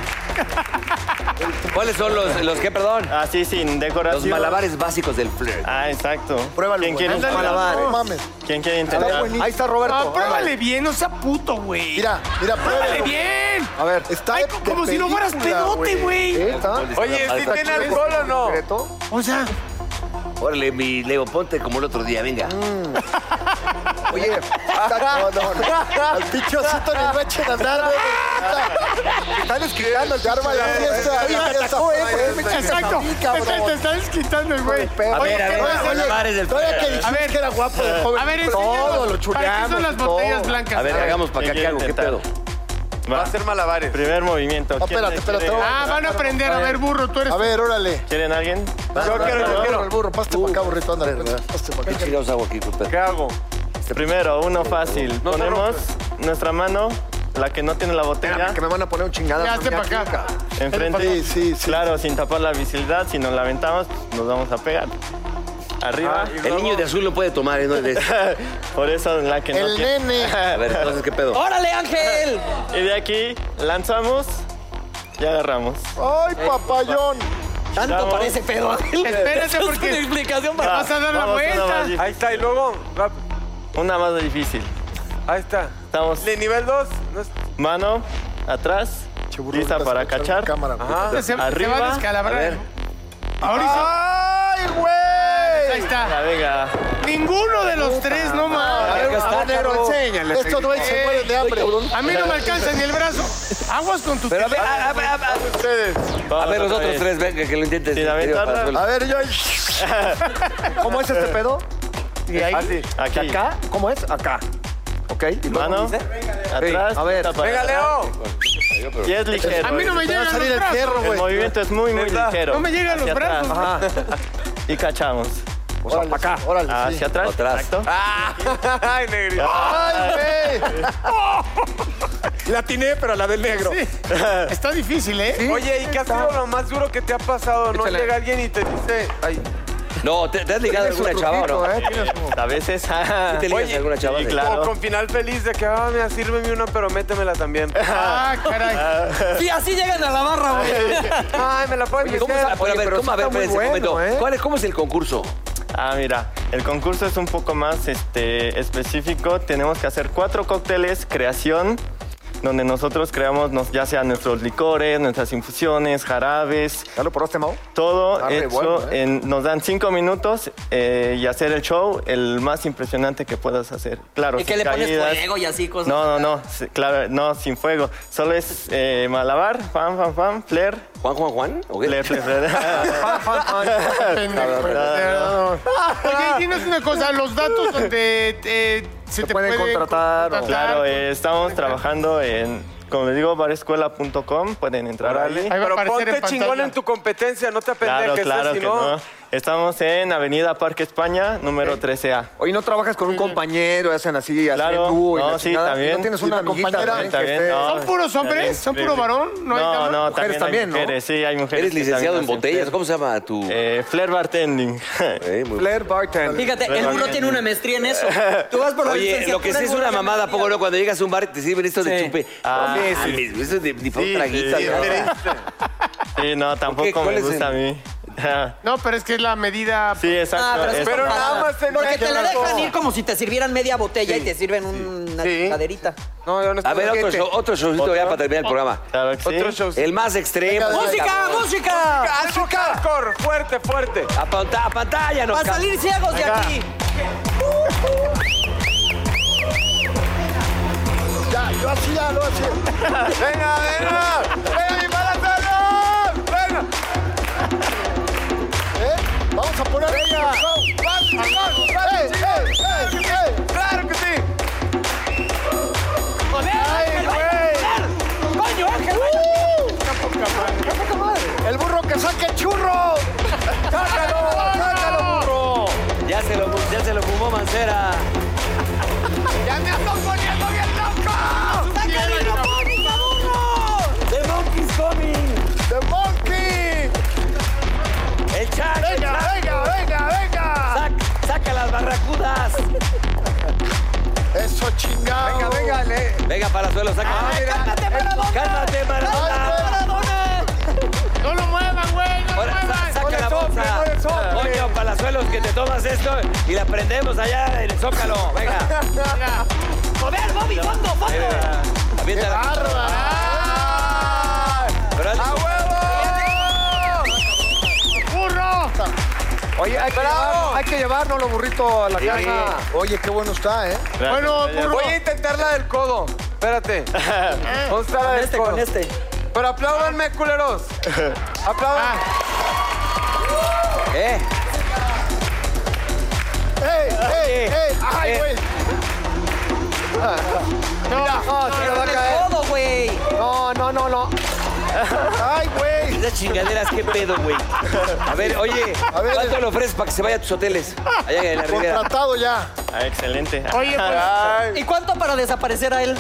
E: ¿Cuáles son los, los que, perdón?
J: Así sin decoración.
E: Los malabares básicos del flirt.
J: Ah, exacto.
I: Pruébalo,
J: ¿Quién
I: güey.
J: quiere
I: Ándale,
J: intentar?
I: no mames.
J: ¿Quién quiere
I: Está
J: intentar?
I: buenísimo. Ahí está Roberto.
F: Ah, pruébale
I: ándale.
F: bien, no sea puto, güey.
I: Mira, mira,
F: Pruébale
I: pruébalo.
F: bien.
I: A ver, está
F: Ay,
I: de
F: co- como si no fueras
I: película,
F: pedote, güey.
I: ¿Eh? ¿Está?
H: Oye, ¿sí tiene alcohol o no?
F: O sea,
E: Órale, mi Leo, ponte como el otro día, venga.
D: Oye, está, no, no, no.
I: Al pichocito le va a echar a andar, güey.
D: Están escribiendo el
I: Te arma la fiesta.
D: Oye,
I: la
D: me atacó,
I: fiesta,
D: ¿eh? Por eso me
I: güey.
D: echaste a
F: exacto.
D: mí,
F: Te, te
D: cabrón.
F: estás quitando el güey.
D: A
F: Oye,
E: ver, a
F: ¿qué
E: ver,
F: vas
E: oye,
F: hacer?
E: malabares del
I: Todavía
E: flirt.
I: que dijiste que era guapo de joven.
F: A ver, enséñanos.
I: todo lo
F: ¿Para qué
I: chuleamos.
F: son las botellas blancas?
E: A ver, hagamos para acá,
J: ¿Quién
E: ¿qué hago?
J: quiere
E: ¿Qué pedo?
J: intentar?
H: Va
J: Va.
H: a ser malabares.
J: Primer movimiento.
I: No,
J: ¿Quién
I: espérate,
J: le
I: espérate,
J: quiere-
F: Ah, van a aprender. A ver, burro, tú eres...
I: A ver, órale.
J: ¿Quieren alguien?
I: Yo quiero, yo quiero. El burro, paste para acá,
E: Uh.
I: burrito, ándale. Paste para
E: ¿Qué
I: acá.
E: chingados hago aquí, puta?
H: ¿Qué hago?
J: Primero, uno fácil.
H: No te
J: Ponemos nuestra mano, la que no tiene la botella,
D: Espérame, que me van a poner un
F: Ya,
D: chingada.
F: hazte pa' acá.
J: enfrente.
I: Sí, sí, sí.
J: Claro, sin tapar la visibilidad, si nos la aventamos, nos vamos a pegar. Arriba.
H: Ah, y
E: El
H: luego-
E: niño de azul lo puede tomar, ¿eh? ¿no? De-
I: Ah,
J: Por eso la que no
I: El
J: tiene.
I: nene.
E: A ver, entonces, ¿qué pedo?
G: ¡Órale, Ángel!
J: Y de aquí lanzamos y agarramos.
F: Oh,
I: Ay,
D: Eh,
I: papayón.
G: Tanto
J: Vamos.
G: parece pedo, Ángel.
F: Espérate,
G: Es
F: porque-
G: una explicación para...
F: Vas a dar la
J: Vamos,
F: vuelta.
J: Una más, dif-
H: Ahí está, y luego. rap-
J: una más difícil.
H: Ahí está.
J: Estamos
H: De nivel 2.
J: mano atrás,
I: Che, burro,
J: lista para
I: ahorita se va a echar
J: cachar.
I: mi Cámara, güey.
F: Se- Se, va
J: Arriba,
F: a descalabrar.
E: a ver.
F: Ahorita.
H: ¡Ay, güey!
F: Ahí está.
J: Ya, Ah, venga.
F: Ninguno de los tres, no más.
D: Acá está, cabrón, enséñale.
I: Estos güeyes se mueren de hambre.
F: A mí no me alcanza ni el brazo. Aguas con tu
E: Pero a ver, a, a- a- a- a-
J: Vamos
E: a ver, los
J: otra
E: otros
J: vez.
E: tres, venga, que lo intentes.
J: Sin aventarla.
E: Para suelo.
I: A ver, yo.
D: ¿Cómo es este pedo?
F: Y ahí.
D: Así.
J: Aquí.
D: ¿Acá? ¿Cómo es? Acá. ¿Ok? ¿Y luego
J: Mano,
D: dice?
J: atrás.
D: Sí, a ver.
J: lista para
H: Venga,
J: atrás.
H: Leo.
J: Y es ligero.
F: A mí no me
I: Te va a
F: llegan
I: salir
F: los
I: el fierro,
F: brazos.
J: El
I: güey.
J: movimiento es muy, muy
H: ¿Verdad?
J: ligero.
F: No me llegan los
J: Hacia atrás.
F: brazos.
D: Ajá.
J: Y cachamos.
D: O sea, para acá. Órale.
J: Hacia atrás.
E: Atrás.
J: Exacto.
H: ¡Ay, negrito!
I: ¡Ay, güey!
D: La atiné, pero la del negro.
F: Está difícil, ¿eh?
H: Oye, ¿y qué ha sido lo más duro que te ha pasado? ¿No
D: Échale.
H: llega alguien y te dice... Ay,
E: No, ¿te, te has ligado a alguna chava o no?
J: A veces. ah,
E: ¿Te ligas
H: Oye,
E: a alguna chava?
J: sí,
E: de-
J: claro.
H: O con final feliz de que, ah, mira, sírveme una, pero métemela también.
F: Ah, caray.
G: Sí, así llegan a la barra, güey.
H: Ay, me la puedes
E: ¿Cómo es,
H: meter.
E: pero a ver,
H: Oye,
E: ¿cómo, a ver,
H: está muy
E: espérense,
H: bueno,
E: momento.
H: ¿eh?
E: ¿Cuál es, ¿Cómo es el concurso?
J: Ah, mira, el concurso es un poco más este, específico. Tenemos que hacer cuatro cócteles creación, donde nosotros creamos nos- ya sean nuestros licores, nuestras infusiones, jarabes,
D: ¿Ya lo probaste, Mau?
J: todo
D: Está re
J: hecho.
D: bueno, ¿eh?
J: en- nos dan cinco minutos eh, y hacer el show el más impresionante que puedas hacer. Claro,
G: Y que
J: sin
G: le pones
J: caídas.
G: fuego y así cosas.
J: No, no, no, sí, claro, no, sin fuego. Solo es eh, malabar, pam, pam, pam, flair,
E: ¿Juan, Juan, Juan? ¿O qué?
J: flair, flair, flair.
F: Pendejo. Oye, y dinos una cosa, los datos donde eh, se te
D: pueden contratar o-
J: Claro, eh, estamos trabajando en, como les digo, barescuela.com, pueden entrar ahí.
F: Ahí va a
H: Pero
F: aparecer
H: ponte
F: en pantalla.
H: chingón en tu competencia, no te
J: Claro,
H: apendejes, ¿eh?
J: claro
H: si
J: que no. Estamos en Avenida Parque España, número 13A.
D: Oye, ¿no trabajas
I: Mm.
D: con un compañero? Hacen así, hacen
J: Claro,
D: dúo y la
J: no, sí,
D: chingada?
J: también.
D: ¿No tienes
J: Sí,
D: una
I: también,
D: amiguita
I: también,
D: que
J: también,
D: esté-
J: no.
F: ¿Son puros hombres? ¿Son puro varón? ¿No
J: No,
F: hay
J: no,
F: dama?
J: también
D: Mujeres
J: hay
D: también, ¿no?
J: mujeres, sí, hay mujeres.
E: ¿Eres
J: que
E: licenciado
J: también
E: en
J: hacen
E: botellas? ¿Cómo se llama tu...?
J: flair. Eh, flair bartending.
E: Eh, muy-
D: Blair Barton.
G: Fíjate, el burro tiene una maestría en eso. Tú vas por la
E: Oye, lo que sí es una mamada, ¿a poco no? Cuando llegas a un bar y te sirven esto de
G: Sí.
E: chupe.
J: Ah,
E: No mames, Eso es de- ni para un
J: Sí,
E: traguito.
J: sí,
E: ¿no?
J: Sí, no, tampoco
E: ¿Cuál
J: me
E: es el-
J: gusta a mí.
F: No, pero es que es la medida...
J: sí, exacto.
G: Ah, pero,
J: es-
G: pero
H: nada más se
G: Porque te la
H: mezcla
G: dejan
H: todo.
G: ir como si te sirvieran media botella y te sirven una
H: Sí.
G: caderita.
H: No, yo no estoy
E: A ver, otro,
H: Gente.
E: show- otro showcito ya para terminar el programa.
J: Claro que sí.
H: Otro show.
E: El más extremo.
G: ¡Música, música!
H: Algo hardcore, fuerte, fuerte.
E: A, panta- a pantalla, no.
G: ¡Para salir ciegos de aquí!
I: Ya, yo así ya lo hacía.
H: ¡Venga, venga! ¡Venga, mi palacerro! ¡Venga!
I: ¿Eh? Vamos a poner. ¡Venga!
H: ¡Vamos, vamos, vamos,
I: ¡Ey,
H: chicos!
I: ey, ey, ey!
H: ¡Claro que sí!
G: ¡Ay, güey! ¡Coño, Ángel!
I: ¡El burro que saque el churro!
H: ¡Sácalo, sácalo, burro!
E: Ya se lo, ya se lo fumó Mancera.
H: ¡Ya me ando poniendo bien loco!
E: ¡The Monkey's coming!
I: ¡The Monkey!
E: ¡El Chac! el
I: ¡Venga,
E: Chac.
I: venga, venga, venga!
E: Sac- ¡Saca las barracudas!
I: Eso, chingado.
D: Venga, venga, le.
E: Venga, Palazuelo, saca.
D: ¡Cálmate, Maradona!
E: ¡Cálmate,
D: Maradona!
F: ¡No lo muevan, güey! ¡No lo
E: Ahora, sa-
F: muevan!
E: saca la bolsa. Oño, Palazuelos, que te tomas esto y la prendemos allá en el Zócalo. Venga.
F: Venga.
G: ¡Joder, Bobby, fondo, fondo!
E: Venga. Aviéntala.
F: Ah,
E: Pero haz-
F: ¡Burro!
D: Oye, hay que, llevar, hay que llevarnos los burritos a la casa.
I: Oye, qué bueno está, ¿eh?
F: Bueno, burro.
H: Voy a intentar la del codo. Espérate. ¿Dónde está la
G: Con
H: del
G: este,
H: codo?
G: con este.
H: Pero apláudanme, culeros. Aplaudan.
E: ¿Eh?
I: ¡Ey,
D: Eh,
I: ey, ey! Eh, ¡Ay, güey!
D: No, se nos va a caer.
G: Todo, güey.
D: No, no, no, no.
I: ¡Ay, güey!
E: Esas chingaderas, qué pedo, güey. A ver, oye,
I: A ver,
E: ¿cuánto le ofreces para que se vaya a tus hoteles? Allá en la Riviera.
I: Contratado ya.
J: Ah, excelente.
F: Oye, pues,
G: ¿Y cuánto para desaparecer a él?